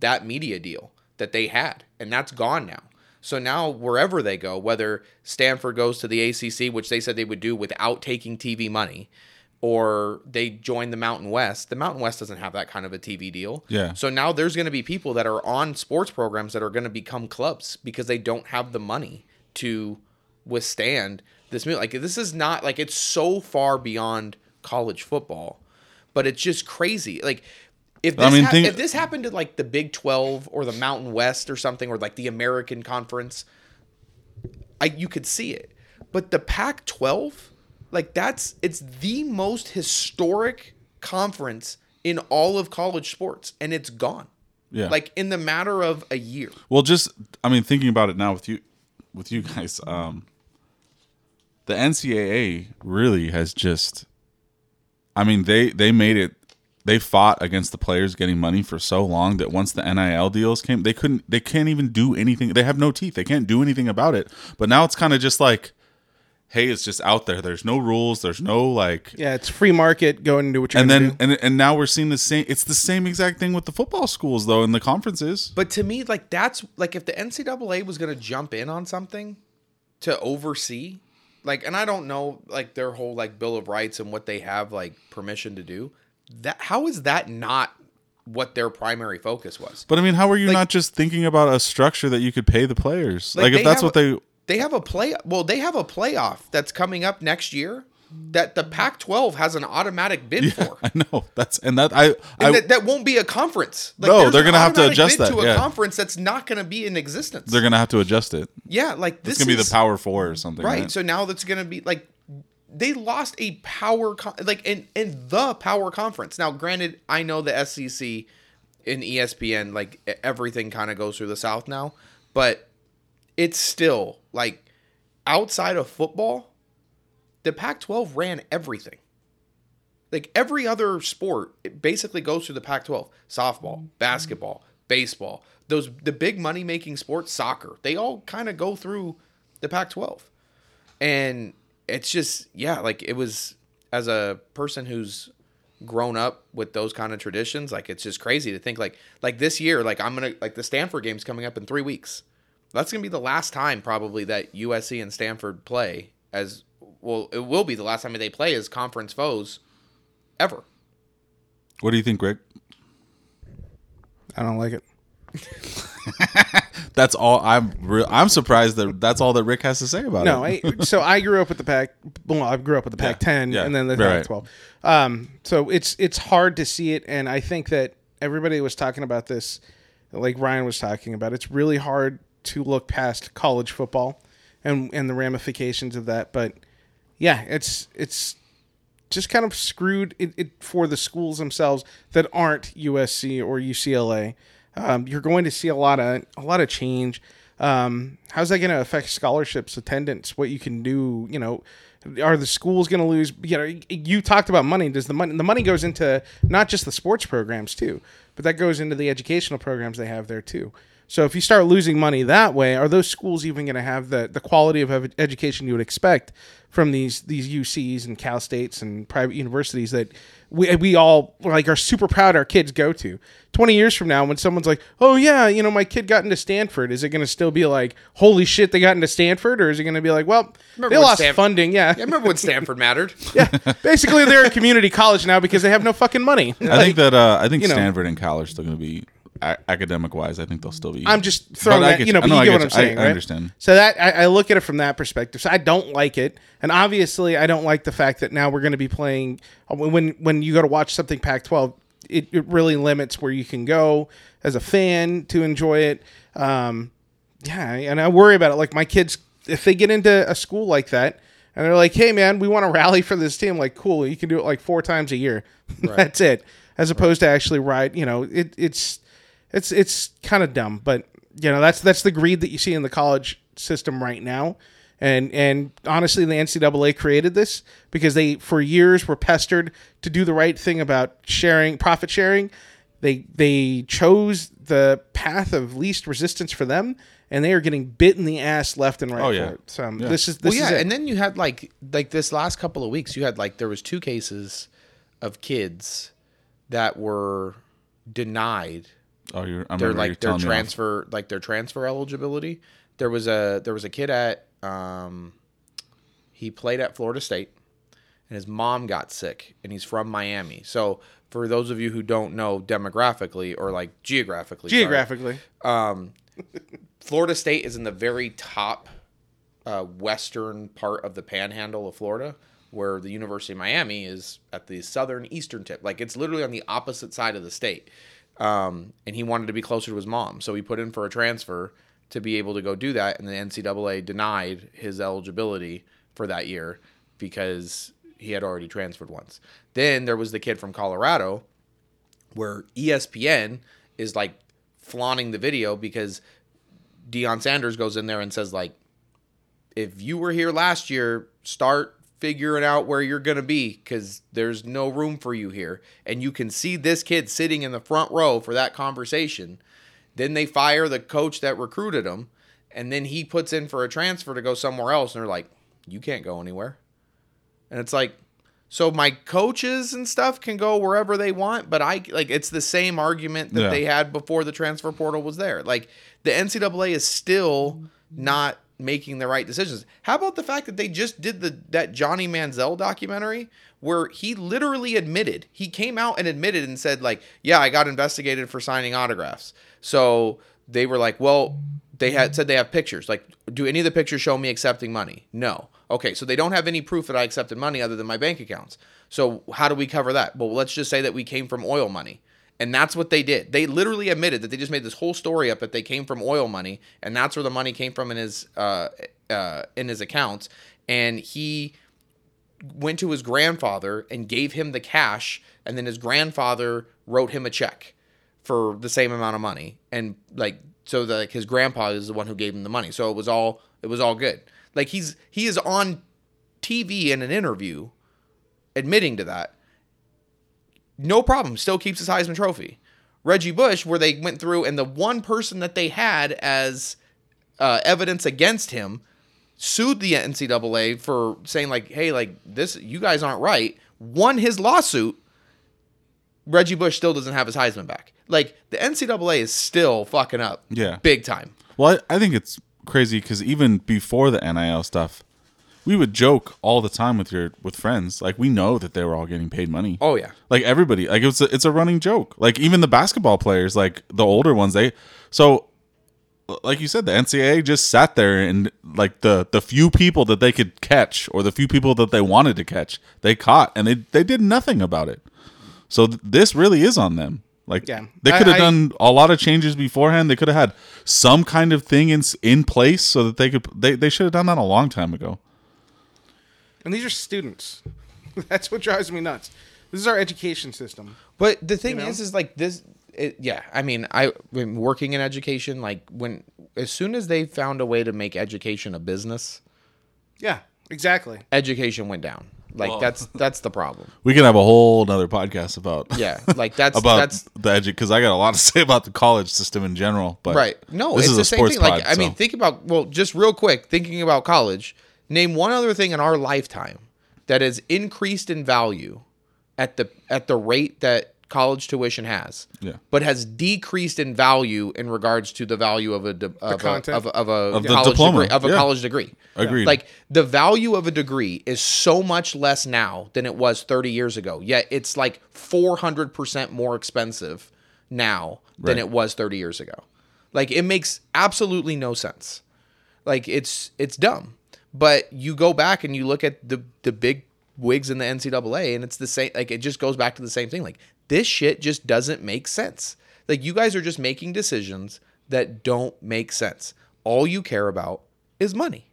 that media deal that they had, and that's gone now. So now wherever they go, whether Stanford goes to the ACC, which they said they would do without taking TV money, or they join the Mountain West, the Mountain West doesn't have that kind of a TV deal.
Yeah.
So now there's going to be people that are on sports programs that are going to become clubs because they don't have the money to withstand this move. Like this is not like it's so far beyond college football, but it's just crazy. Like if this,
I mean,
hap-
think-
if this happened to like the Big Twelve or the Mountain West or something or like the American Conference, I you could see it. But the Pac-12, like that's it's the most historic conference in all of college sports, and it's gone.
Yeah.
Like in the matter of a year.
Well, just I mean, thinking about it now with you, with you guys, um, the NCAA really has just, I mean, they they made it, they fought against the players getting money for so long that once the NIL deals came, they couldn't, they can't even do anything. They have no teeth. They can't do anything about it. But now it's kind of just like, hey, it's just out there. There's no rules. There's no like
Yeah, it's free market. Go and do what you're
and
gonna
then
do.
and, and now we're seeing the same it's the same exact thing with the football schools though in the conferences
But to me, like that's like if the NCAA was gonna jump in on something to oversee, like, and I don't know like their whole like Bill of Rights and what they have like permission to do. That how is that not what their primary focus was?
but i mean how are you
Like-
not just thinking about a structure that you could pay the players like,
they
if that's
have
what
a-
they (laughs)
they have a play well they have a playoff that's coming up next year that the Pac-12 has an automatic bid for.
(laughs) i know that's and that i i
And that, that won't be a conference. Like,
No,
there's
they're
an
gonna have to
automatic
adjust
bid
that,
to a
yeah.
conference that's not going to be in existence.
they're gonna have to adjust it
yeah, like this
it's gonna be
is-
the power four or something
right.
right,
So now that's going to be like they lost a power con- like in in the power conference. Now, granted, I know the SEC and ESPN like e- everything kind of goes through the South now, but it's still like outside of football, the Pac-12 ran everything. Like every other sport, it basically goes through the Pac-12:
Mm-hmm.
softball, basketball, baseball. Those the big money making sports, soccer. They all kind of go through the Pac-12 and it's just yeah like it was as a person who's grown up with those kind of traditions like it's just crazy to think like like this year like i'm gonna like the stanford game's coming up in three weeks that's gonna be the last time probably that usc and stanford play as well it will be the last time that they play as conference foes ever
what do you think greg
I don't like it.
that's all i'm re- i'm surprised that that's all that rick has to say about
No,
it
I, so I grew up with the pack. Well, I grew up with the pack ten,
yeah,
and then the
right.
pack twelve. Um, so it's it's hard to see it, and I think that everybody was talking about this, like Ryan was talking about. It's really hard to look past college football, and and the ramifications of that. But yeah, it's it's just kind of screwed it, it for the schools themselves that aren't USC or UCLA. Um, you're going to see a lot of a lot of change. Um, how's that going to affect scholarships, attendance, what you can do? You know, are the schools going to lose? You know, y- you talked about money. Does the money the money goes into not just the sports programs too, but that goes into the educational programs they have there too. So if you start losing money that way, are those schools even going to have the, the quality of ev- education you would expect from these these UCs and Cal States and private universities that we, we all like are super proud our kids go to? Twenty years from now, when someone's like, "Oh yeah, you know my kid got into Stanford," is it going to still be like, "Holy shit, they got into Stanford," or is it going to be like, "Well, they
when
lost
Stanf-
funding"? Yeah,
i remember when stanford mattered
(laughs) yeah. Basically, they're a community college now because they have no fucking money.
i think that uh i think
know.
stanford and cal are still gonna be a- academic wise, I think they'll still be.
I'm just throwing
But I
that,
get
you know,
I
but you
I
get what I'm
you. I-
saying,
I,
right?
understand.
So that I, I look at it from that perspective. So I don't like it, and obviously I don't like the fact that now we're going to be playing uh, when when you go to watch something Pac-12, it, it really limits where you can go as a fan to enjoy it. Um, yeah, and I worry about it. Like my kids, if they get into a school like that, and they're like, "Hey, man, we want to (laughs) rally for this team." Like, cool, you can do it like four times a year. (laughs) That's it. As opposed to actually ride, you know, it, it's it's it's kind of dumb, but you know that's that's the greed that you see in the college system right now, and and honestly, the NCAA created this because they for years were pestered to do the right thing about sharing profit sharing. They they chose the path of least resistance for them, and they are getting bit in the ass left and right.
Oh,
for
yeah.
it. so um, this is this
Well, yeah,
is it.
and then you had like like this last couple of weeks, you had like there was two cases of kids that were denied
Oh, you're. I
their
remember you
like their
telling me off.
transfer like their transfer eligibility. There was a there was a kid at um, he played at Florida State, and his mom got sick, and he's from Miami. So for those of you who don't know demographically or like geographically, sorry,
geographically,
Florida State is in the very top uh, western part of the panhandle of Florida, where the University of Miami is at the southern eastern tip. Like it's literally on the opposite side of the state. Um, and he wanted to be closer to his mom, so he put in for a transfer to be able to go do that. And the NCAA denied his eligibility for that year because he had already transferred once. Then there was the kid from Colorado where E ESPN is like flaunting the video because Deion Sanders goes in there and says like, if you were here last year, start figuring out where you're gonna be because there's no room for you here. And you can see this kid sitting in the front row for that conversation. Then they fire the coach that recruited him, and then he puts in for a transfer to go somewhere else, and they're like, you can't go anywhere. And it's like, so my coaches and stuff can go wherever they want, but I like it's the same argument that
Yeah.
they had before the transfer portal was there. Like the NCAA is still not making the right decisions. How about the fact that they just did the that Johnny Manziel documentary where he literally admitted he came out and admitted and said like, yeah, I got investigated for signing autographs. So they were like, well, they had said they have pictures. Like, do any of the pictures show me accepting money? No. Okay, so they don't have any proof that I accepted money other than my bank accounts. So how do we cover that? Well, let's just say that we came from oil money. And that's what they did. They literally admitted that they just made this whole story up that they came from oil money, and that's where the money came from in his uh, uh, in his accounts. And he went to his grandfather and gave him the cash, and then his grandfather wrote him a check for the same amount of money. And like so, the, like his grandpa is the one who gave him the money. So it was all it was all good. Like he's he is on TV in an interview admitting to that. No problem. Still keeps his Heisman Trophy. Reggie Bush, where they went through and the one person that they had as uh, evidence against him sued the NCAA for saying like, "Hey, like this, you guys aren't right." Won his lawsuit. Reggie Bush still doesn't have his Heisman back. Like the NCAA is still fucking up.
Yeah.
big time.
Well, I, I think it's crazy because even before the NIL stuff, we would joke all the time with your with friends. Like we know that they were all getting paid money.
Oh, yeah.
Like everybody. Like it's a, it's a running joke. Like even the basketball players, like the older ones, they so like you said, the NCAA just sat there and like the the few people that they could catch or the few people that they wanted to catch, they caught and they they did nothing about it. So th- this really is on them. Like
Yeah.
they
I-
could have
I-
done a lot of changes beforehand. They could have had some kind of thing in s- in place so that they could they they should have done that a long time ago.
and these are students. (laughs) That's what drives me nuts. This is our education system.
But the thing
know?
is, is like this. It, yeah, I mean, I when working in education, like when as soon as they found a way to make education a business,
Yeah, exactly.
education went down. Like that's that's
(laughs)
the problem.
We can have a whole nother podcast about
Yeah, like
(laughs)
that's
about
that's
the edu because I got a lot to say about the college system in general. But
right. No,
this
it's
is
the
a
same
sports
thing.
pod,
like I mean,
so-
think about well, just real quick, thinking about college. Name one other thing in our lifetime that has increased in value at the at the rate that college tuition has,
Yeah.
but has decreased in value in regards to the value of a de- of, a,
content.
of, a- of a
the
college
diploma,
degree, of a
yeah.
college degree.
Agreed.
Like the value of a degree is so much less now than it was 30 years ago. Yet it's like 400% more expensive now than
Right.
it was 30 years ago. Like it makes absolutely no sense. Like it's it's dumb. But you go back and you look at the the big wigs in the NCAA, and it's the same. Like it just goes back to the same thing. Like this shit just doesn't make sense. Like you guys are just making decisions that don't make sense. All you care about is money.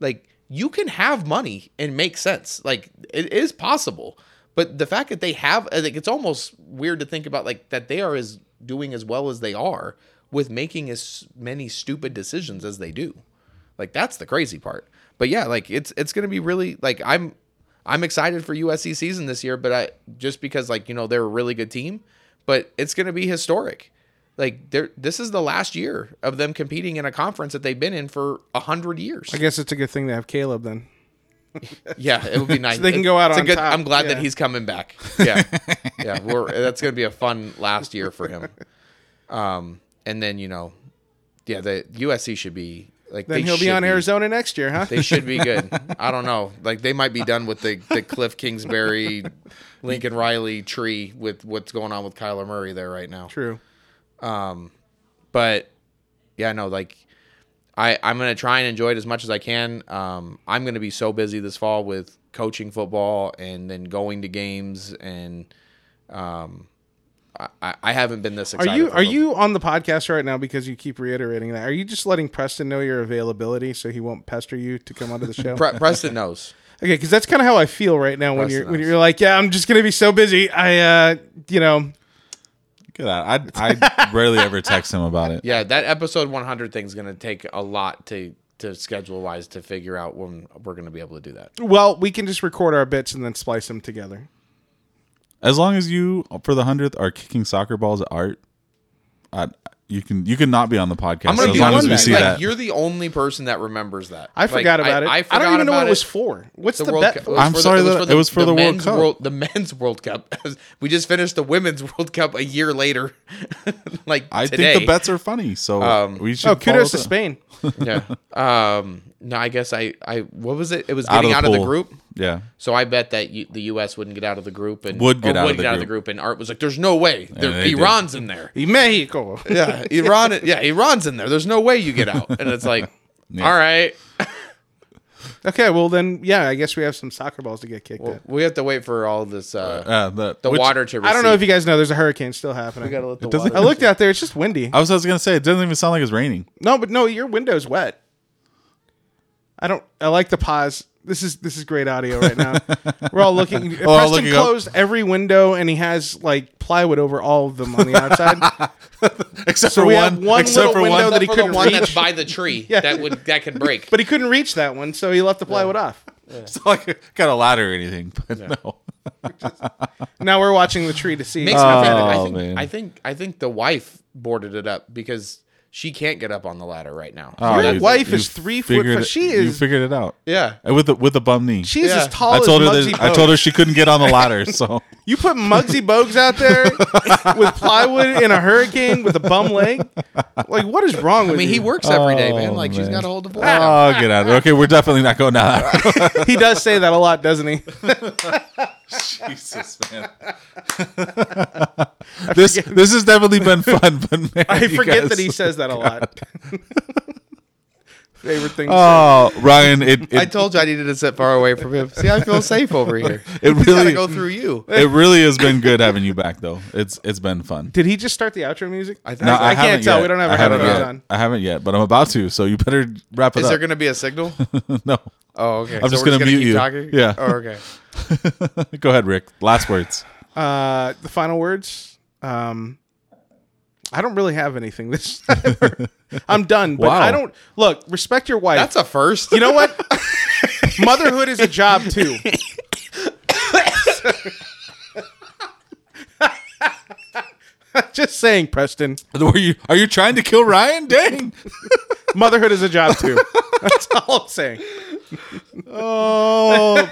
Like you can have money and make sense. Like it is possible. But the fact that they have, I think it's almost weird to think about like that they are as doing as well as they are with making as many stupid decisions as they do. Like that's the crazy part. But yeah, like it's it's gonna be really like I'm I'm excited for USC season this year, but I just because like you know they're a really good team, but it's gonna be historic. Like they're this is the last year of them competing in a conference that they've been in for a hundred years.
I guess it's a good thing to have Caleb then.
Yeah, it
(laughs)
would be nice.
they can go out
It's a
on
good-
top,
I'm glad
yeah.
that he's
(laughs)
coming back. Yeah, yeah, we're that's gonna be a fun last year for him. Um, and then you know, yeah, the USC should be like
Then
they
he'll be
should
on Arizona next year, huh?
They should be
(laughs)
good. I don't know. Like they might be done with the the Cliff
(laughs)
Kingsbury, Lincoln Riley tree with what's going on with Kyler Murray there right now
True.
but yeah no like i i'm gonna try and enjoy it as much as i can um i'm gonna be so busy this fall with coaching football and then going to games and um i i, I haven't been this
Are
excited
you
for
are
football.
you on the podcast right now because you keep reiterating that? Are you just letting Preston know your availability so he won't pester you to come onto the (laughs) show?
Pre- preston knows (laughs)
Okay, because that's kind of how I feel right now when
That's
you're when
nice.
you're like, yeah, I'm just gonna be so busy. I, uh, you know,
Get out. I, I rarely ever text him about it.
yeah that episode 100 thing's gonna take a lot to to schedule wise to figure out when we're gonna be able to do that
well, we can just record our bits and then splice them together.
As long as you, for the hundredth, are kicking soccer balls at art, I, you can you can not be on the podcast.
i'm gonna
as
be
long as
honest
we
with
see
you, like,
that.
you're the only person that remembers that
I forgot about it. I, don't even know what it was
for.
for. What's the,
the, World
bet?
Cup.
I'm
for
sorry that- it was for the World
men's
Cup.
the men's World Cup. (laughs) we just finished the women's (laughs) World Cup a year later. (laughs) like
I
today. Um,
think the bets are funny, so we
(laughs)
should.
Oh, kudos to
follow the-
Spain. (laughs)
(laughs)
Yeah. Um. No, I guess I. I. What was it? It was
Out of
getting
the
out of the,
pool.
group.
Yeah,
So I bet that you, the U.S. wouldn't get out of the group and
Would get
or
out of
would
the
get out of the group. And Art was like, "There's no way. There,
they did.
Iran's
(laughs)
in there.
Mexico.
Yeah, (laughs) Iran. Yeah, Iran's in there. There's no way you get out." And it's like,
(laughs) Yeah.
all right.
okay, well then, yeah, I guess we have some soccer balls to get kicked at.
We have to wait for all this uh,
uh, the,
the
which-
water to. Receive.
I don't know if you guys know, there's a hurricane still happening.
gotta let the
doesn't-
water.
I looked out there; it's just windy.
I was, I was gonna say it doesn't even sound like it's raining.
No, but no, your window's wet. I don't. I like to pause. This is this is great audio right
(laughs)
now. We're all looking. Preston
looking up.
closed every window, and he has like plywood over all of them on the
(laughs)
outside.
Except
So
for
we
one.
have one
except
little
for
window
one.
that he
for the
couldn't
one that's
reach,
by
(laughs)
the tree that would that could break.
but he couldn't reach that one, so he left the plywood off.
It's not like I got a ladder or anything, but no.
Now we're watching the tree to see.
Makes me mad. I
Oh,
think
man.
I think I think the wife boarded it up because she can't get up on the ladder right now.
Oh,
Your
you-
wife
you
is three foot-
figured it-
she
You
is-
figured it out.
Yeah.
And with the with the bum knee.
She's
Yeah.
as tall
I told her
as Muggsy
that I
Bogues.
told her she couldn't get on the ladder, so
You put Muggsy Bogues out
(laughs)
there with plywood in a hurricane with a bum leg. Like, what is wrong with
I mean, he
you?
(laughs)
works every day, man.
Oh,
Like she's
man.
got a whole divorce.
Ah,
Oh, get out of it. Okay, we're definitely not going down that road. (laughs)
He does say that a lot, doesn't he?
Jesus, man. this this has definitely been fun, but man,
I
you
forget
guys-
that he says
Oh,
that a lot. Favorite thing. to
Oh, Ryan, it
I
it,
told you I needed to sit far away from him. See, I feel safe over here.
it
We
(laughs)
gotta
really
go through you.
it really has been good having you back though. It's it's been fun.
say. Did he just start the outro music?
I think-
No,
I, can't
haven't
tell.
yet.
We don't have
I
our
haven't
headphones
yet.
on.
I haven't yet, but I'm about to. So you better wrap it
Is
up.
there gonna be
(laughs)
a signal?
no,
Oh, okay.
I'm just gonna mute
keep
you.
Talking?
Yeah.
Oh, okay.
go ahead, Rick. Last words.
Uh, the final words. Um, I don't really have anything this. (laughs) I'm done. But
Wow.
I don't look. Respect your wife.
That's a first.
you know what? Motherhood is a job
(laughs)
too. (laughs) Just saying, Preston.
(laughs) Were you are you trying to kill Ryan? (laughs) Dang.
Motherhood is a job
(laughs)
too. That's all I'm saying.
Oh.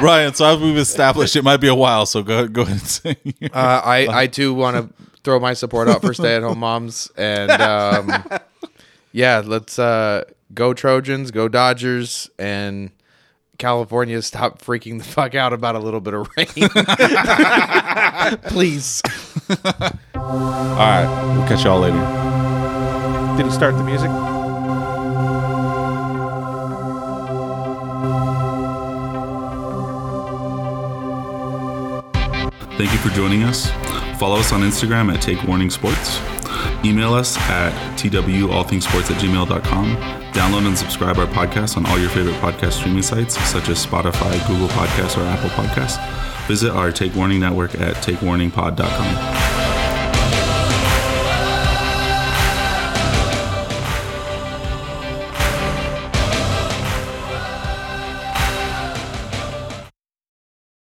Ryan, so as we've established, it might be a while. So go go ahead and say. (laughs)
Uh, (laughs) I I too want to throw my support out for stay-at-home moms,
(laughs)
and um, yeah, let's uh, go Trojans, go Dodgers, and California, stop freaking the fuck out about a little bit of rain, please.
All right, we'll catch y'all later.
Didn't start the music.
Thank you for joining us. Follow us on Instagram at Take Warning Sports. Email us at twallthingsports at gmail.com. Download and subscribe our podcast on all your favorite podcast streaming sites, such as Spotify, Google Podcasts, or Apple Podcasts. Visit our Take Warning network at takewarningpod.com.